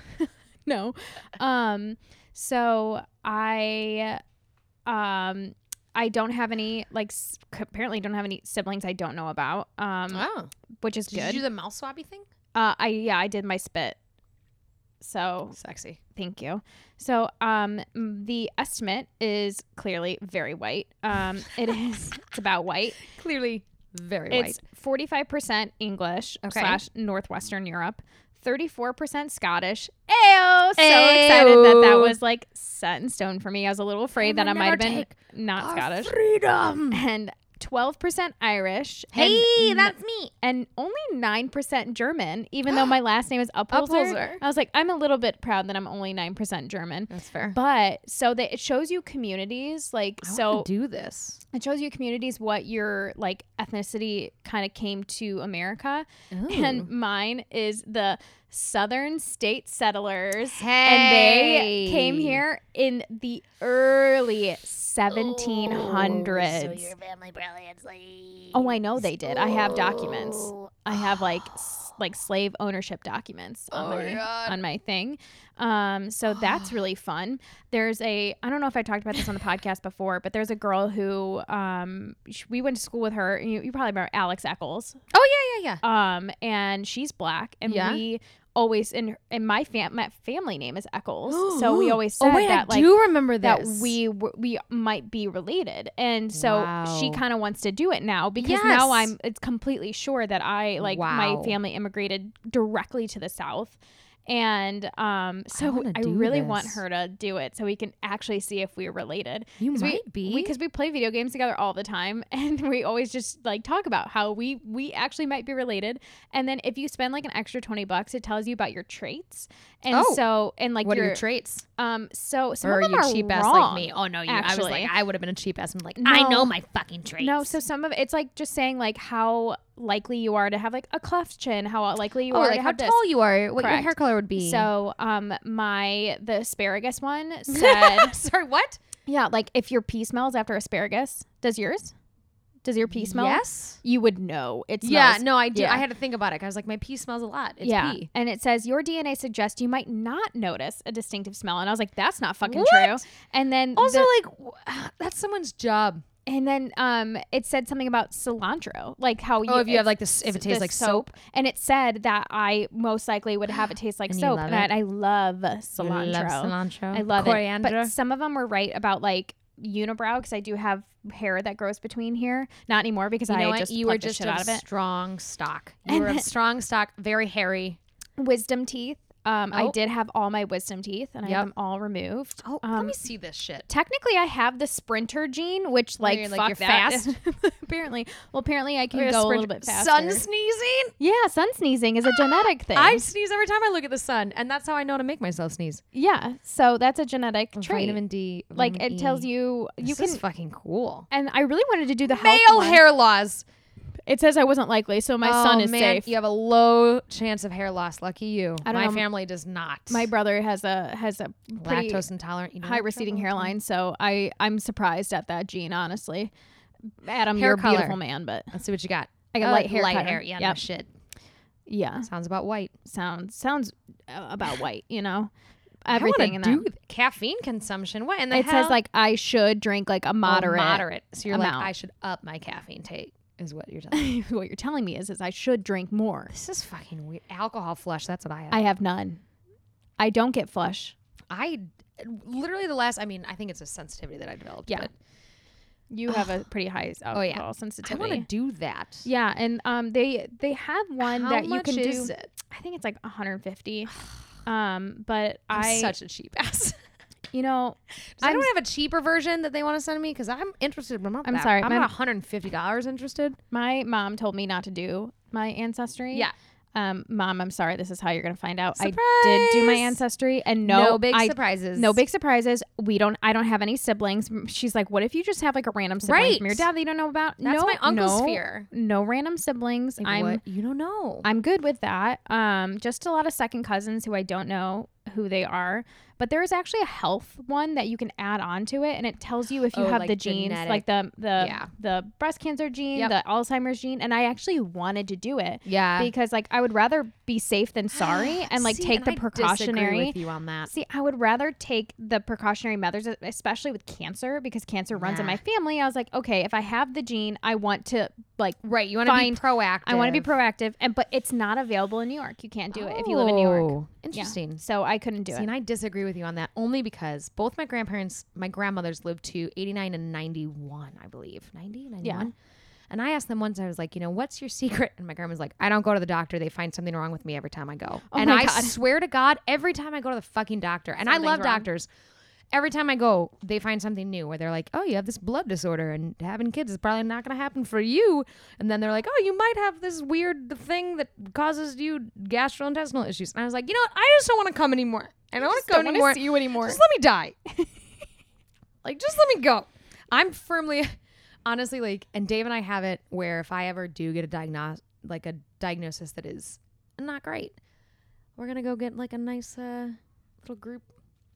Speaker 1: no. Um, so I, um, I don't have any like s- apparently don't have any siblings I don't know about. Um,
Speaker 2: Oh.
Speaker 1: which is
Speaker 2: Did
Speaker 1: good.
Speaker 2: you do the mouth swabby thing?
Speaker 1: Uh, I yeah, I did my spit. So
Speaker 2: Sexy.
Speaker 1: thank you. So um, m- the estimate is clearly very white. Um, it
Speaker 2: <laughs>
Speaker 1: is. It's about white.
Speaker 2: Clearly very
Speaker 1: It's forty five percent English
Speaker 2: Okay.
Speaker 1: slash northwestern Europe. 34% Scottish. Ayo! So excited that that
Speaker 2: Ayo. Oh
Speaker 1: was like set in stone for me. I was a little afraid that I
Speaker 2: I'll
Speaker 1: might have
Speaker 2: never
Speaker 1: been
Speaker 2: take Oh,
Speaker 1: not Scottish.
Speaker 2: Freedom.
Speaker 1: And 12% Irish. and
Speaker 2: Hey,
Speaker 1: n-
Speaker 2: that's me.
Speaker 1: and only 9% German, even
Speaker 2: <gasps>
Speaker 1: though my last name is Upholzer.
Speaker 2: Upholzer.
Speaker 1: I was like, I'm a little bit proud that I'm only 9% German.
Speaker 2: That's fair.
Speaker 1: But so that it shows you communities, like, so
Speaker 2: do this.
Speaker 1: it shows you communities what your like ethnicity kind of came to America. And mine is the Southern State Settlers. And they came
Speaker 2: Hey. Oh,
Speaker 1: here in the early 1700s.
Speaker 3: family brilliance, like.
Speaker 1: Oh, I know they did. I have documents.
Speaker 3: Oh.
Speaker 1: I have like s- like slave ownership documents on
Speaker 2: Oh,
Speaker 1: my
Speaker 2: God.
Speaker 1: on my thing. Um,
Speaker 2: <sighs>
Speaker 1: so that's really fun. There's a I don't know if I talked about this on the podcast before, but there's a girl who um sh- we went to school with her. You, you probably remember Alex Eccles.
Speaker 2: Oh yeah, yeah, yeah.
Speaker 1: Um, and she's black, and
Speaker 2: Yeah.
Speaker 1: we always in and my fam my family name is Eccles, so
Speaker 2: <gasps>
Speaker 1: we always said
Speaker 2: oh, wait,
Speaker 1: that
Speaker 2: I
Speaker 1: like
Speaker 2: do remember
Speaker 1: that
Speaker 2: this.
Speaker 1: we w- we might be related and so she
Speaker 2: Wow.
Speaker 1: kind of wants to do it now because now
Speaker 2: Yes.
Speaker 1: i'm it's completely sure that i like
Speaker 2: Wow.
Speaker 1: my family immigrated directly to the south and um so
Speaker 2: wanna
Speaker 1: i,
Speaker 2: do
Speaker 1: really want
Speaker 2: this.
Speaker 1: her to do it so we can actually see if we're related
Speaker 2: you
Speaker 1: 'Cause
Speaker 2: might
Speaker 1: we-
Speaker 2: be
Speaker 1: because we play video games together all the time <laughs> and we always just like talk about how we we actually might be related and then if you spend like an extra 20 bucks it tells you about your traits and
Speaker 2: Oh.
Speaker 1: so and like
Speaker 2: what are
Speaker 1: your
Speaker 2: your traits?
Speaker 1: um so some
Speaker 2: or
Speaker 1: of
Speaker 2: are
Speaker 1: them
Speaker 2: you
Speaker 1: are
Speaker 2: cheap
Speaker 1: wrong.
Speaker 2: ass like me? Oh no, you. I
Speaker 1: actually.
Speaker 2: was like, I would have been a cheap ass. I'm like,
Speaker 3: I
Speaker 1: No.
Speaker 3: know my fucking traits.
Speaker 1: No, so some of it's like just saying like how likely you are to have like a cleft chin, how likely you
Speaker 2: oh,
Speaker 1: are
Speaker 2: like
Speaker 1: to
Speaker 2: how
Speaker 1: have
Speaker 2: tall
Speaker 1: this.
Speaker 2: you are, what
Speaker 1: Correct.
Speaker 2: your hair color would be. <laughs>
Speaker 1: So, um, my the asparagus one said,
Speaker 2: <laughs> sorry, what?
Speaker 1: yeah, like if your pee smells after asparagus, does yours? Does your pee smell?
Speaker 2: Yes.
Speaker 1: you would know. It smells.
Speaker 2: Yeah, no, I do.
Speaker 1: Yeah.
Speaker 2: I had to think about it. 'cause I was like, my pee smells a lot. It's
Speaker 1: yeah,
Speaker 2: pee.
Speaker 1: and it says your DNA suggests you might not notice a distinctive smell, and I was like, "That's not fucking
Speaker 2: What?
Speaker 1: true." And then
Speaker 2: Also,
Speaker 1: the-
Speaker 2: like, w- <sighs> that's someone's job.
Speaker 1: and then um, it said something about cilantro, like how you
Speaker 2: Oh, if you
Speaker 1: it's-
Speaker 2: have like this, if it tastes
Speaker 1: the
Speaker 2: like soap,
Speaker 1: and it said that I most likely would
Speaker 2: <gasps>
Speaker 1: have it taste like
Speaker 2: And you
Speaker 1: soap,
Speaker 2: love
Speaker 1: and I, I love cilantro.
Speaker 2: cilantro.
Speaker 1: I love
Speaker 2: coriander.
Speaker 1: it. But some of them were right about like unibrow because I do have hair that grows between here. Not anymore because
Speaker 2: You know
Speaker 1: I
Speaker 2: what?
Speaker 1: just
Speaker 2: you
Speaker 1: plucked
Speaker 2: were
Speaker 1: the
Speaker 2: just
Speaker 1: shit
Speaker 2: of
Speaker 1: out of it.
Speaker 2: strong stock. You were of strong stock, very hairy.
Speaker 1: Wisdom teeth. Um, I
Speaker 2: Oh.
Speaker 1: did have all my wisdom teeth, and I
Speaker 2: Yep.
Speaker 1: have them all removed.
Speaker 2: Oh, let
Speaker 1: Um,
Speaker 2: me see this shit.
Speaker 1: Technically, I have the sprinter gene, which
Speaker 2: Where
Speaker 1: like,
Speaker 2: Oh, you're,
Speaker 1: fuck
Speaker 2: like, you're
Speaker 1: that.
Speaker 2: fast?
Speaker 1: <laughs> apparently, well, apparently I can
Speaker 2: Or a
Speaker 1: go a
Speaker 2: sprint-
Speaker 1: little bit faster.
Speaker 2: Sun sneezing.
Speaker 1: yeah, sun sneezing <gasps> is a genetic thing.
Speaker 2: I sneeze every time I look at the sun, and that's how I know to make myself sneeze.
Speaker 1: yeah, so that's a genetic trait.
Speaker 2: Vitamin D.
Speaker 1: like
Speaker 2: vitamin
Speaker 1: it tells
Speaker 2: E.
Speaker 1: you you
Speaker 2: This
Speaker 1: can.
Speaker 2: is fucking cool.
Speaker 1: and I really wanted to do the health
Speaker 2: Male
Speaker 1: one.
Speaker 2: hair loss.
Speaker 1: It says I wasn't likely, so my
Speaker 2: oh,
Speaker 1: son is
Speaker 2: man,
Speaker 1: safe.
Speaker 2: You have a low chance of hair loss. Lucky you.
Speaker 1: I don't
Speaker 2: My
Speaker 1: know.
Speaker 2: family does not.
Speaker 1: My brother has a has a pretty
Speaker 2: lactose intolerant. You know
Speaker 1: high
Speaker 2: what
Speaker 1: receding
Speaker 2: trouble?
Speaker 1: hairline, so I I'm surprised at that gene, honestly. Adam,
Speaker 2: Hair
Speaker 1: you're a
Speaker 2: color.
Speaker 1: beautiful man, but
Speaker 2: Let's see what you got.
Speaker 1: I got
Speaker 2: Oh,
Speaker 1: light hair.
Speaker 2: Light
Speaker 1: color.
Speaker 2: hair. Yeah. No
Speaker 1: Yep.
Speaker 2: shit.
Speaker 1: yeah.
Speaker 2: Sounds about white.
Speaker 1: Sounds sounds uh,
Speaker 2: <sighs>
Speaker 1: about white, you know.
Speaker 2: I wanna
Speaker 1: Everything in that.
Speaker 2: do th- caffeine consumption. What? And
Speaker 1: it says like I should drink like
Speaker 2: Oh,
Speaker 1: a moderate.
Speaker 2: moderate. So you're
Speaker 1: amount.
Speaker 2: like, I should up my caffeine take. Is what you're telling me.
Speaker 1: moderate. <laughs> what you're telling me is is I should drink more.
Speaker 2: this is fucking weird. Alcohol flush. That's what I have.
Speaker 1: I have none. I don't get flush.
Speaker 2: I literally the last. I mean, I think it's a sensitivity that I developed.
Speaker 1: Yeah.
Speaker 2: but
Speaker 1: You have a pretty high alcohol
Speaker 2: Oh, yeah. I
Speaker 1: sensitivity.
Speaker 2: want to do that.
Speaker 1: yeah, and um, they they have one
Speaker 2: How
Speaker 1: that you
Speaker 2: much
Speaker 1: can
Speaker 2: is
Speaker 1: do.
Speaker 2: it?
Speaker 1: I think it's
Speaker 2: <sighs>
Speaker 1: like 150. um, but
Speaker 2: I'm
Speaker 1: I,
Speaker 2: such a cheap ass. <laughs>
Speaker 1: you know,
Speaker 2: I
Speaker 1: I'm
Speaker 2: don't have a cheaper version that they want to send me because I'm interested. But I'm, not
Speaker 1: I'm
Speaker 2: that-
Speaker 1: sorry,
Speaker 2: I'm
Speaker 1: my-
Speaker 2: not 150 dollars interested.
Speaker 1: My mom told me not to do my ancestry.
Speaker 2: Yeah.
Speaker 1: Um, mom, I'm sorry. This is how you're gonna find out. I did do my
Speaker 2: Surprise!
Speaker 1: ancestry, and no,
Speaker 2: big
Speaker 1: I-
Speaker 2: surprises.
Speaker 1: No big surprises. We don't. I don't have any siblings. M- She's like, what if you just have like a random sibling
Speaker 2: Right.
Speaker 1: from your dad that you don't know about?
Speaker 2: That's
Speaker 1: no,
Speaker 2: my uncle's
Speaker 1: no,
Speaker 2: fear.
Speaker 1: No random siblings.
Speaker 2: Like,
Speaker 1: I'm
Speaker 2: what? You don't know.
Speaker 1: I'm good with that. Um, just a lot of second cousins who I don't know who they are. But there is actually a health one that you can add on to it, and it tells you if you
Speaker 2: Oh,
Speaker 1: have
Speaker 2: like
Speaker 1: the genes,
Speaker 2: genetic-
Speaker 1: like the the
Speaker 2: Yeah.
Speaker 1: the breast cancer gene,
Speaker 2: Yep.
Speaker 1: the Alzheimer's gene. And I actually wanted to do it
Speaker 2: yeah.
Speaker 1: because, like, I would rather be safe
Speaker 2: <gasps>
Speaker 1: than sorry, and like
Speaker 2: See,
Speaker 1: take the
Speaker 2: I disagree
Speaker 1: precautionary.
Speaker 2: with you on that.
Speaker 1: See, I would rather take the precautionary methods, e, especially with cancer, because cancer runs in
Speaker 2: Yeah.
Speaker 1: my family. I was like, okay, if I have the gene, I want to like
Speaker 2: Right. You want to be
Speaker 1: find-
Speaker 2: proactive.
Speaker 1: I want to be proactive, and but it's not available in New York. You can't do it if you live in New York.
Speaker 2: Oh,
Speaker 1: Yeah.
Speaker 2: Interesting.
Speaker 1: So I couldn't do
Speaker 2: See, and
Speaker 1: it.
Speaker 2: I disagree with you on that only because both my grandparents, my grandmothers lived to 89 and 91, I believe. 90, 91. And I asked them once, I was like, you know, what's your secret? And my grandma was like, I don't go to the doctor. They find something wrong with me every time I go.
Speaker 1: Oh
Speaker 2: and
Speaker 1: my
Speaker 2: I
Speaker 1: God.
Speaker 2: swear to God, every time I go to the fucking doctor, and I
Speaker 1: Something's
Speaker 2: love
Speaker 1: wrong.
Speaker 2: doctors, every time I go, they find something new where they're like, oh, you have this blood disorder, and having kids is probably not going to happen for you. And then they're like, oh, you might have this weird thing that causes you gastrointestinal issues. And I was like, you know what? I just don't want to come anymore. I don't want to go anymore.
Speaker 1: you anymore.
Speaker 2: Just let me die. <laughs> like, just let me go. I'm firmly, honestly, like, and Dave and I have it where if I ever do get a diagnosis, like a diagnosis that is not great, we're gonna go get like a nice uh, little group,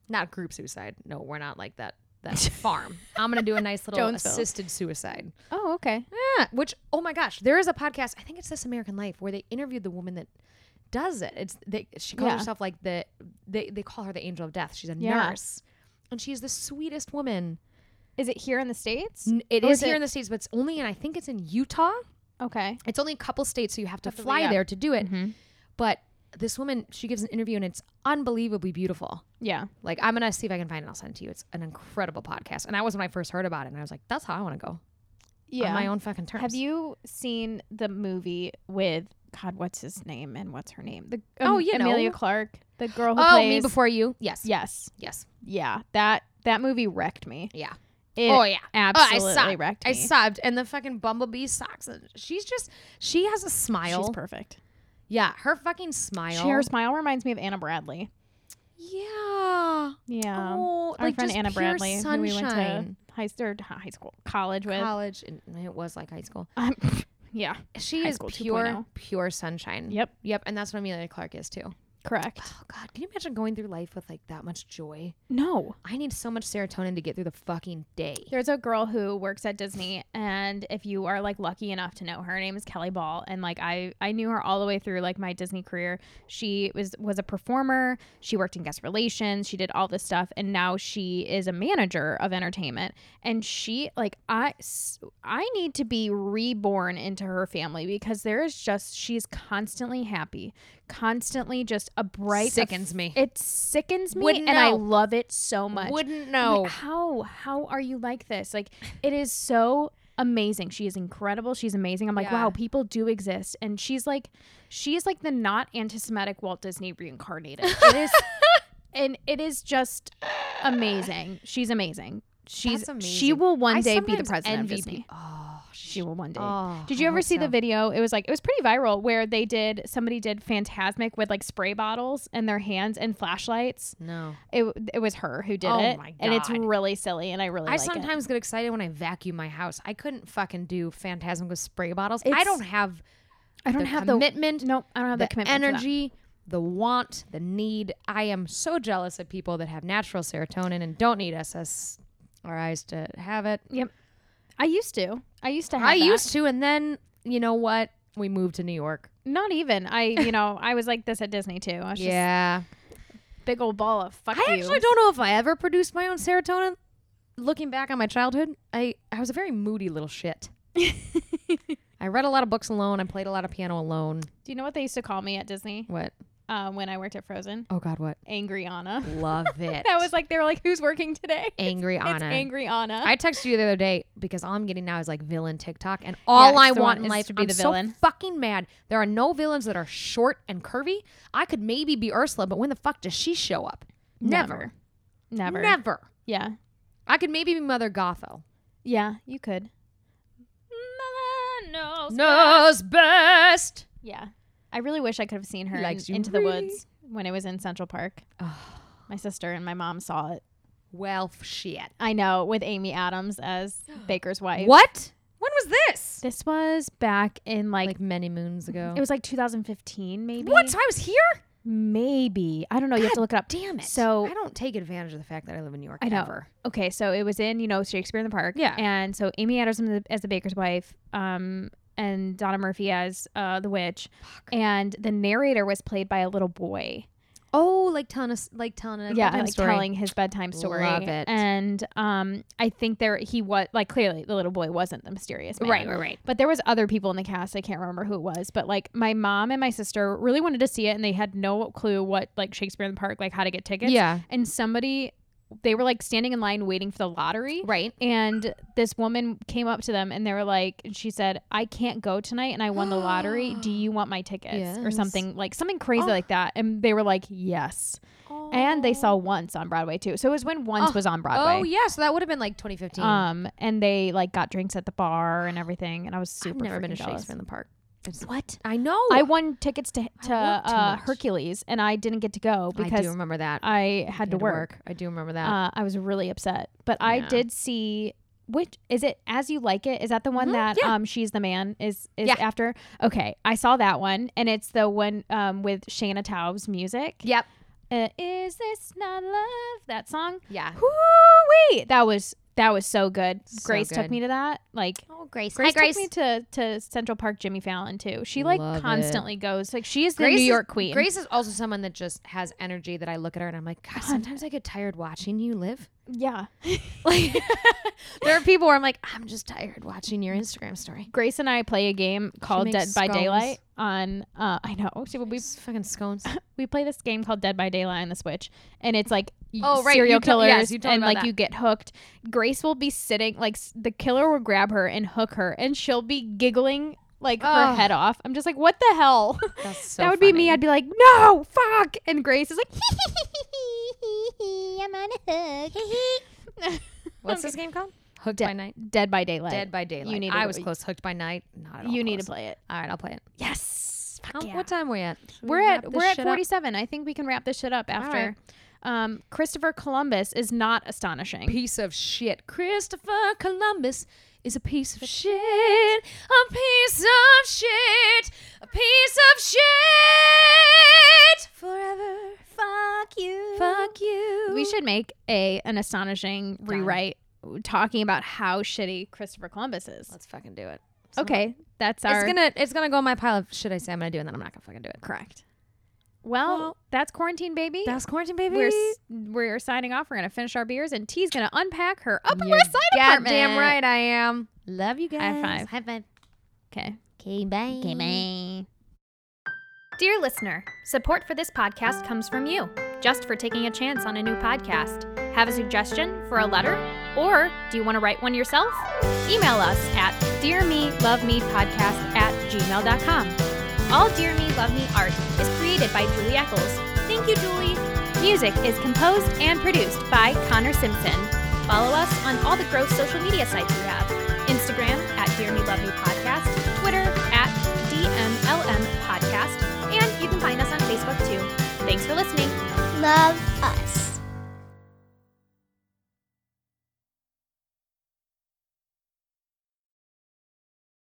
Speaker 2: not group suicide. No, we're not like that.
Speaker 1: <laughs>
Speaker 2: That farm. I'm gonna do a nice little
Speaker 1: Jonesville.
Speaker 2: assisted suicide.
Speaker 1: <laughs> oh, okay.
Speaker 2: Yeah, which oh my gosh, there is a podcast. I think it's This American Life where they interviewed the woman that does it. It's they, she calls
Speaker 1: Yeah.
Speaker 2: herself like the they they call her the angel of death. She's a
Speaker 1: Yeah.
Speaker 2: nurse, and she's the sweetest woman.
Speaker 1: Is it here in the states?
Speaker 2: N- It
Speaker 1: Or
Speaker 2: is
Speaker 1: is
Speaker 2: here
Speaker 1: it-
Speaker 2: in the states, but it's only and I think it's in Utah.
Speaker 1: Okay.
Speaker 2: It's only a couple states, so you have to
Speaker 1: Have to
Speaker 2: fly
Speaker 1: re-up.
Speaker 2: there to do it.
Speaker 1: Mhm.
Speaker 2: But this woman, she gives an interview and it's unbelievably beautiful.
Speaker 1: Yeah.
Speaker 2: Like I'm gonna see if I can find it. I'll send it to you. It's an incredible podcast, and that was when I first heard about it, and I was like, "That's how I want to go
Speaker 1: Yeah.
Speaker 2: on my own fucking terms."
Speaker 1: Have you seen the movie with God? What's his name and what's her name? The um,
Speaker 2: Oh, you
Speaker 1: Amelia
Speaker 2: know.
Speaker 1: Clark, the girl who
Speaker 2: Oh,
Speaker 1: plays.
Speaker 2: me before you? Yes.
Speaker 1: Yes.
Speaker 2: Yes.
Speaker 1: Yeah. That that movie wrecked me.
Speaker 2: Yeah.
Speaker 1: It
Speaker 2: oh yeah.
Speaker 1: absolutely
Speaker 2: oh, I sobbed.
Speaker 1: wrecked
Speaker 2: I
Speaker 1: me.
Speaker 2: sobbed, and the fucking bumblebee socks. and She's just, she has a smile.
Speaker 1: She's perfect.
Speaker 2: yeah, her fucking smile.
Speaker 1: She, her smile reminds me of Anna Bradley.
Speaker 2: yeah.
Speaker 1: Yeah.
Speaker 2: oh,
Speaker 1: Um, Our
Speaker 2: like
Speaker 1: friend
Speaker 2: just
Speaker 1: Anna
Speaker 2: pure
Speaker 1: Bradley, who we went to
Speaker 2: sunshine.
Speaker 1: high, or high school, college with.
Speaker 2: college, and it was like high school.
Speaker 1: Um, <laughs> yeah.
Speaker 2: She
Speaker 1: High
Speaker 2: is
Speaker 1: school
Speaker 2: pure,
Speaker 1: 2.0.
Speaker 2: pure sunshine.
Speaker 1: Yep.
Speaker 2: Yep, and that's what Amelia Clark is too.
Speaker 1: Correct.
Speaker 2: Oh God, can you imagine going through life with like that much joy?
Speaker 1: No.
Speaker 2: I need so much serotonin to get through the fucking day.
Speaker 1: There's a girl who works at Disney, and if you are like lucky enough to know her, her name is Kelly Ball, and like I I knew her all the way through like my Disney career. She was was a performer. She worked in guest relations. She did all this stuff, and now she is a manager of entertainment. And she like I s- I need to be reborn into her family because there is just she's constantly happy, constantly just a bright
Speaker 2: Sickens me.
Speaker 1: It sickens me,
Speaker 2: Wouldn't
Speaker 1: and I
Speaker 2: know.
Speaker 1: love it so much.
Speaker 2: Wouldn't
Speaker 1: I'm
Speaker 2: know.
Speaker 1: like, how how are you like this? Like it is so amazing. She is incredible. She's amazing. I'm like,
Speaker 2: Yeah.
Speaker 1: wow, people do exist. And she's like, she is like the not anti-Semitic Walt
Speaker 2: <laughs>
Speaker 1: Disney reincarnated. It is, and it is just amazing. She's amazing. She's
Speaker 2: That's amazing.
Speaker 1: she will one
Speaker 2: I
Speaker 1: day be the
Speaker 2: sometimes
Speaker 1: president of
Speaker 2: envy
Speaker 1: Disney.
Speaker 2: peop- Oh,
Speaker 1: She will one day.
Speaker 2: Oh,
Speaker 1: did you
Speaker 2: I
Speaker 1: ever
Speaker 2: hope
Speaker 1: see the
Speaker 2: so.
Speaker 1: video? It was like it was pretty viral where they did somebody did Phantasmic with like spray bottles in their hands and flashlights.
Speaker 2: no.
Speaker 1: It it was her who did
Speaker 2: Oh
Speaker 1: it,
Speaker 2: my
Speaker 1: and it's
Speaker 2: God.
Speaker 1: really silly, and I really
Speaker 2: I
Speaker 1: like it.
Speaker 2: sometimes get excited when I vacuum my house. I couldn't fucking do Phantasm with spray bottles. I
Speaker 1: It's-
Speaker 2: don't have
Speaker 1: I don't
Speaker 2: the
Speaker 1: have
Speaker 2: commitment,
Speaker 1: the no, I don't have the,
Speaker 2: the
Speaker 1: commitment. for that.
Speaker 2: energy, the want, the need. I am so jealous of people that have natural serotonin and don't need SSRIs to have it.
Speaker 1: Yep. I used to. I used to have.
Speaker 2: I
Speaker 1: that.
Speaker 2: used to, and then you know what? We moved to New York.
Speaker 1: not even.
Speaker 2: <laughs>
Speaker 1: I you know I was like this at Disney too. I was
Speaker 2: Yeah,
Speaker 1: just a big old ball of fuck
Speaker 2: I
Speaker 1: you.
Speaker 2: actually don't know if I ever produced my own serotonin. Looking back on my childhood, I I was a very moody little
Speaker 1: <laughs>
Speaker 2: shit. I read a lot of books alone. I played a lot of piano alone.
Speaker 1: Do you know what they used to call me at Disney
Speaker 2: What?
Speaker 1: uh, when I worked at Frozen?
Speaker 2: Oh God, what?
Speaker 1: Angry Anna. <laughs>
Speaker 2: Love it.
Speaker 1: That was like they were like, who's working today?
Speaker 2: angry Anna.
Speaker 1: It's Angry Anna.
Speaker 2: I texted you the other day because all I'm getting now is like villain TikTok, and all I
Speaker 1: it's the
Speaker 2: want
Speaker 1: one-
Speaker 2: in
Speaker 1: is
Speaker 2: life
Speaker 1: to be
Speaker 2: I'm
Speaker 1: the villain.
Speaker 2: So fucking mad. There are no villains that are short and curvy. I could maybe be Ursula, but when the fuck does she show up? Never,
Speaker 1: Never.
Speaker 2: never.
Speaker 1: Never. Yeah.
Speaker 2: I could maybe be Mother Gotho.
Speaker 1: Yeah, you could. Mother knows.
Speaker 2: Knows best.
Speaker 1: Yeah. I really wish I could have seen her in,
Speaker 2: Likes you
Speaker 1: into the
Speaker 2: really.
Speaker 1: woods when it was in Central Park.
Speaker 2: Oh,
Speaker 1: My sister and my mom saw it.
Speaker 2: well, f- shit.
Speaker 1: I know, with Amy Adams <gasps> as Baker's wife.
Speaker 2: What? When was this?
Speaker 1: This was back in like,
Speaker 2: Like many moons ago.
Speaker 1: it was like 2015 maybe.
Speaker 2: what? So I was here.
Speaker 1: Maybe. I don't know, you have to look it up.
Speaker 2: Damn it.
Speaker 1: So-
Speaker 2: I don't take advantage of the fact that I live in New York
Speaker 1: I know.
Speaker 2: ever.
Speaker 1: Okay, so it was in, you know, Shakespeare in the Park.
Speaker 2: Yeah.
Speaker 1: And so Amy Adams as the- as the baker's wife, um, and Donna Murphy as uh, the witch. And the narrator was played by a little boy.
Speaker 2: Oh, like telling us, like telling a
Speaker 1: yeah,
Speaker 2: bedtime
Speaker 1: like
Speaker 2: story.
Speaker 1: telling his bedtime story.
Speaker 2: Love it.
Speaker 1: And um, I think there he was like clearly the little boy wasn't the mysterious man.
Speaker 2: Right, right, right.
Speaker 1: But there was other people in the cast. I can't remember who it was, but like my mom and my sister really wanted to see it, and they had no clue what like Shakespeare in the Park, like how to get tickets.
Speaker 2: Yeah.
Speaker 1: and somebody they were like standing in line waiting for the lottery.
Speaker 2: Right.
Speaker 1: And this woman came up to them and they were like, and she said, I can't go tonight and I won the lottery.
Speaker 2: <gasps>
Speaker 1: Do you want my tickets? Or
Speaker 2: Yes.
Speaker 1: something like something crazy
Speaker 2: Oh.
Speaker 1: like that. And they were like, yes. And they saw Once on Broadway too. So it was when Once
Speaker 2: Oh.
Speaker 1: was on
Speaker 2: Oh
Speaker 1: Broadway.
Speaker 2: yeah, so that would have been like 2015.
Speaker 1: Um, and they like got drinks at the bar and everything. And I was super
Speaker 2: I've never been to
Speaker 1: freaking jealous.
Speaker 2: Shakespeare in the Park.
Speaker 1: What?
Speaker 2: I know.
Speaker 1: I won tickets to, to
Speaker 2: work too
Speaker 1: uh,
Speaker 2: much.
Speaker 1: Hercules and I didn't get to go
Speaker 2: I
Speaker 1: because
Speaker 2: do remember that.
Speaker 1: I had,
Speaker 2: You
Speaker 1: to work.
Speaker 2: I do remember that.
Speaker 1: uh, I was really upset. But I
Speaker 2: Yeah.
Speaker 1: did see which is it as you like it is that the one
Speaker 2: Mhm,
Speaker 1: that
Speaker 2: yeah.
Speaker 1: um she's the man is is
Speaker 2: Yeah.
Speaker 1: after okay i saw that one and it's the one um with shana taub's music
Speaker 2: yep.
Speaker 1: uh, is this not love that song
Speaker 2: Yeah.
Speaker 1: wait that was that was so good
Speaker 2: So
Speaker 1: grace took
Speaker 2: good.
Speaker 1: me to that like
Speaker 3: Oh, Grace.
Speaker 1: grace,
Speaker 3: Hi, Grace.
Speaker 1: took me to to central park jimmy fallon too she like
Speaker 2: Love it.
Speaker 1: constantly goes like she is the new
Speaker 2: is-
Speaker 1: york queen
Speaker 2: Grace is also someone that just has energy that I look at her and I'm like, God, sometimes I get tired watching you
Speaker 1: <laughs>
Speaker 2: live. <laughs>
Speaker 1: yeah
Speaker 2: Like, there are people where I'm like, I'm just tired watching your Instagram story.
Speaker 1: grace and i play a game called
Speaker 2: makes
Speaker 1: dead by
Speaker 2: scones.
Speaker 1: daylight on uh i know she, we
Speaker 2: We fucking
Speaker 1: <laughs>
Speaker 2: scones.
Speaker 1: we play this game called Dead by Daylight on the Switch, and it's like y-
Speaker 2: Oh, right.
Speaker 1: serial
Speaker 2: You told-
Speaker 1: killers,
Speaker 2: yes, you told me
Speaker 1: and
Speaker 2: about
Speaker 1: like
Speaker 2: that.
Speaker 1: you get hooked. Grace will be sitting like s- the killer will grab her and hook her, and she'll be giggling like her
Speaker 2: Ugh.
Speaker 1: head off. I'm just like, what the hell? <laughs>
Speaker 2: That's so
Speaker 1: that would be me.
Speaker 2: funny.
Speaker 1: I'd be like, no, fuck. And Grace is like, <laughs>
Speaker 3: I'm on a hook.
Speaker 2: What's this game called? Hooked by Night.
Speaker 1: <laughs> Dead by Daylight.
Speaker 2: Dead by Daylight.
Speaker 1: need to-
Speaker 2: I was close. Hooked by Night. Not at all.
Speaker 1: you need to
Speaker 2: close.
Speaker 1: play it.
Speaker 2: All right, I'll play it.
Speaker 1: Yes. Fuck
Speaker 2: Um,
Speaker 1: yeah.
Speaker 2: What time we at? Should we
Speaker 1: We're
Speaker 2: wrap
Speaker 1: at
Speaker 2: this
Speaker 1: we're at
Speaker 2: shit up?
Speaker 1: 47. I think we can wrap this shit up after.
Speaker 2: right.
Speaker 1: Um, Christopher Columbus is not astonishing.
Speaker 2: piece of shit. Christopher Columbus is a piece of shit. A piece of shit. A piece of shit. Forever. Fuck you. Fuck you.
Speaker 1: We should make a an astonishing
Speaker 2: it.
Speaker 1: rewrite talking about how shitty Christopher Columbus is.
Speaker 2: Let's fucking do it. It's not-
Speaker 1: okay, that's our
Speaker 2: It's gonna it's gonna go in my pile of shit I say I'm gonna do and then I'm not gonna fucking do it.
Speaker 1: correct. Well,
Speaker 2: Well,
Speaker 1: that's quarantine, baby.
Speaker 2: That's quarantine, baby.
Speaker 1: we're s- we're signing off. We're gonna finish our beers, and T's gonna unpack her upper
Speaker 2: You're
Speaker 1: west side apartment.
Speaker 2: Goddamn right I am. Love you guys.
Speaker 1: High five.
Speaker 2: High five.
Speaker 1: Okay.
Speaker 3: Okay, bye. Okay,
Speaker 1: Dear listener, support for this podcast comes from you, just for taking a chance on a new podcast. Have a suggestion for a letter? Or do you want to write one yourself? Email us at dearmelovemepodcast at gmail.com. All Dear Me Love Me art is created by Julie Eccles. Thank you, Julie. Music is composed and produced by Connor Simpson. Follow us on all the gross social media sites we have Instagram at Dear Me Love Me Podcast, Twitter at DMLM Podcast, and you can find us on Facebook too. Thanks for listening.
Speaker 3: Love us.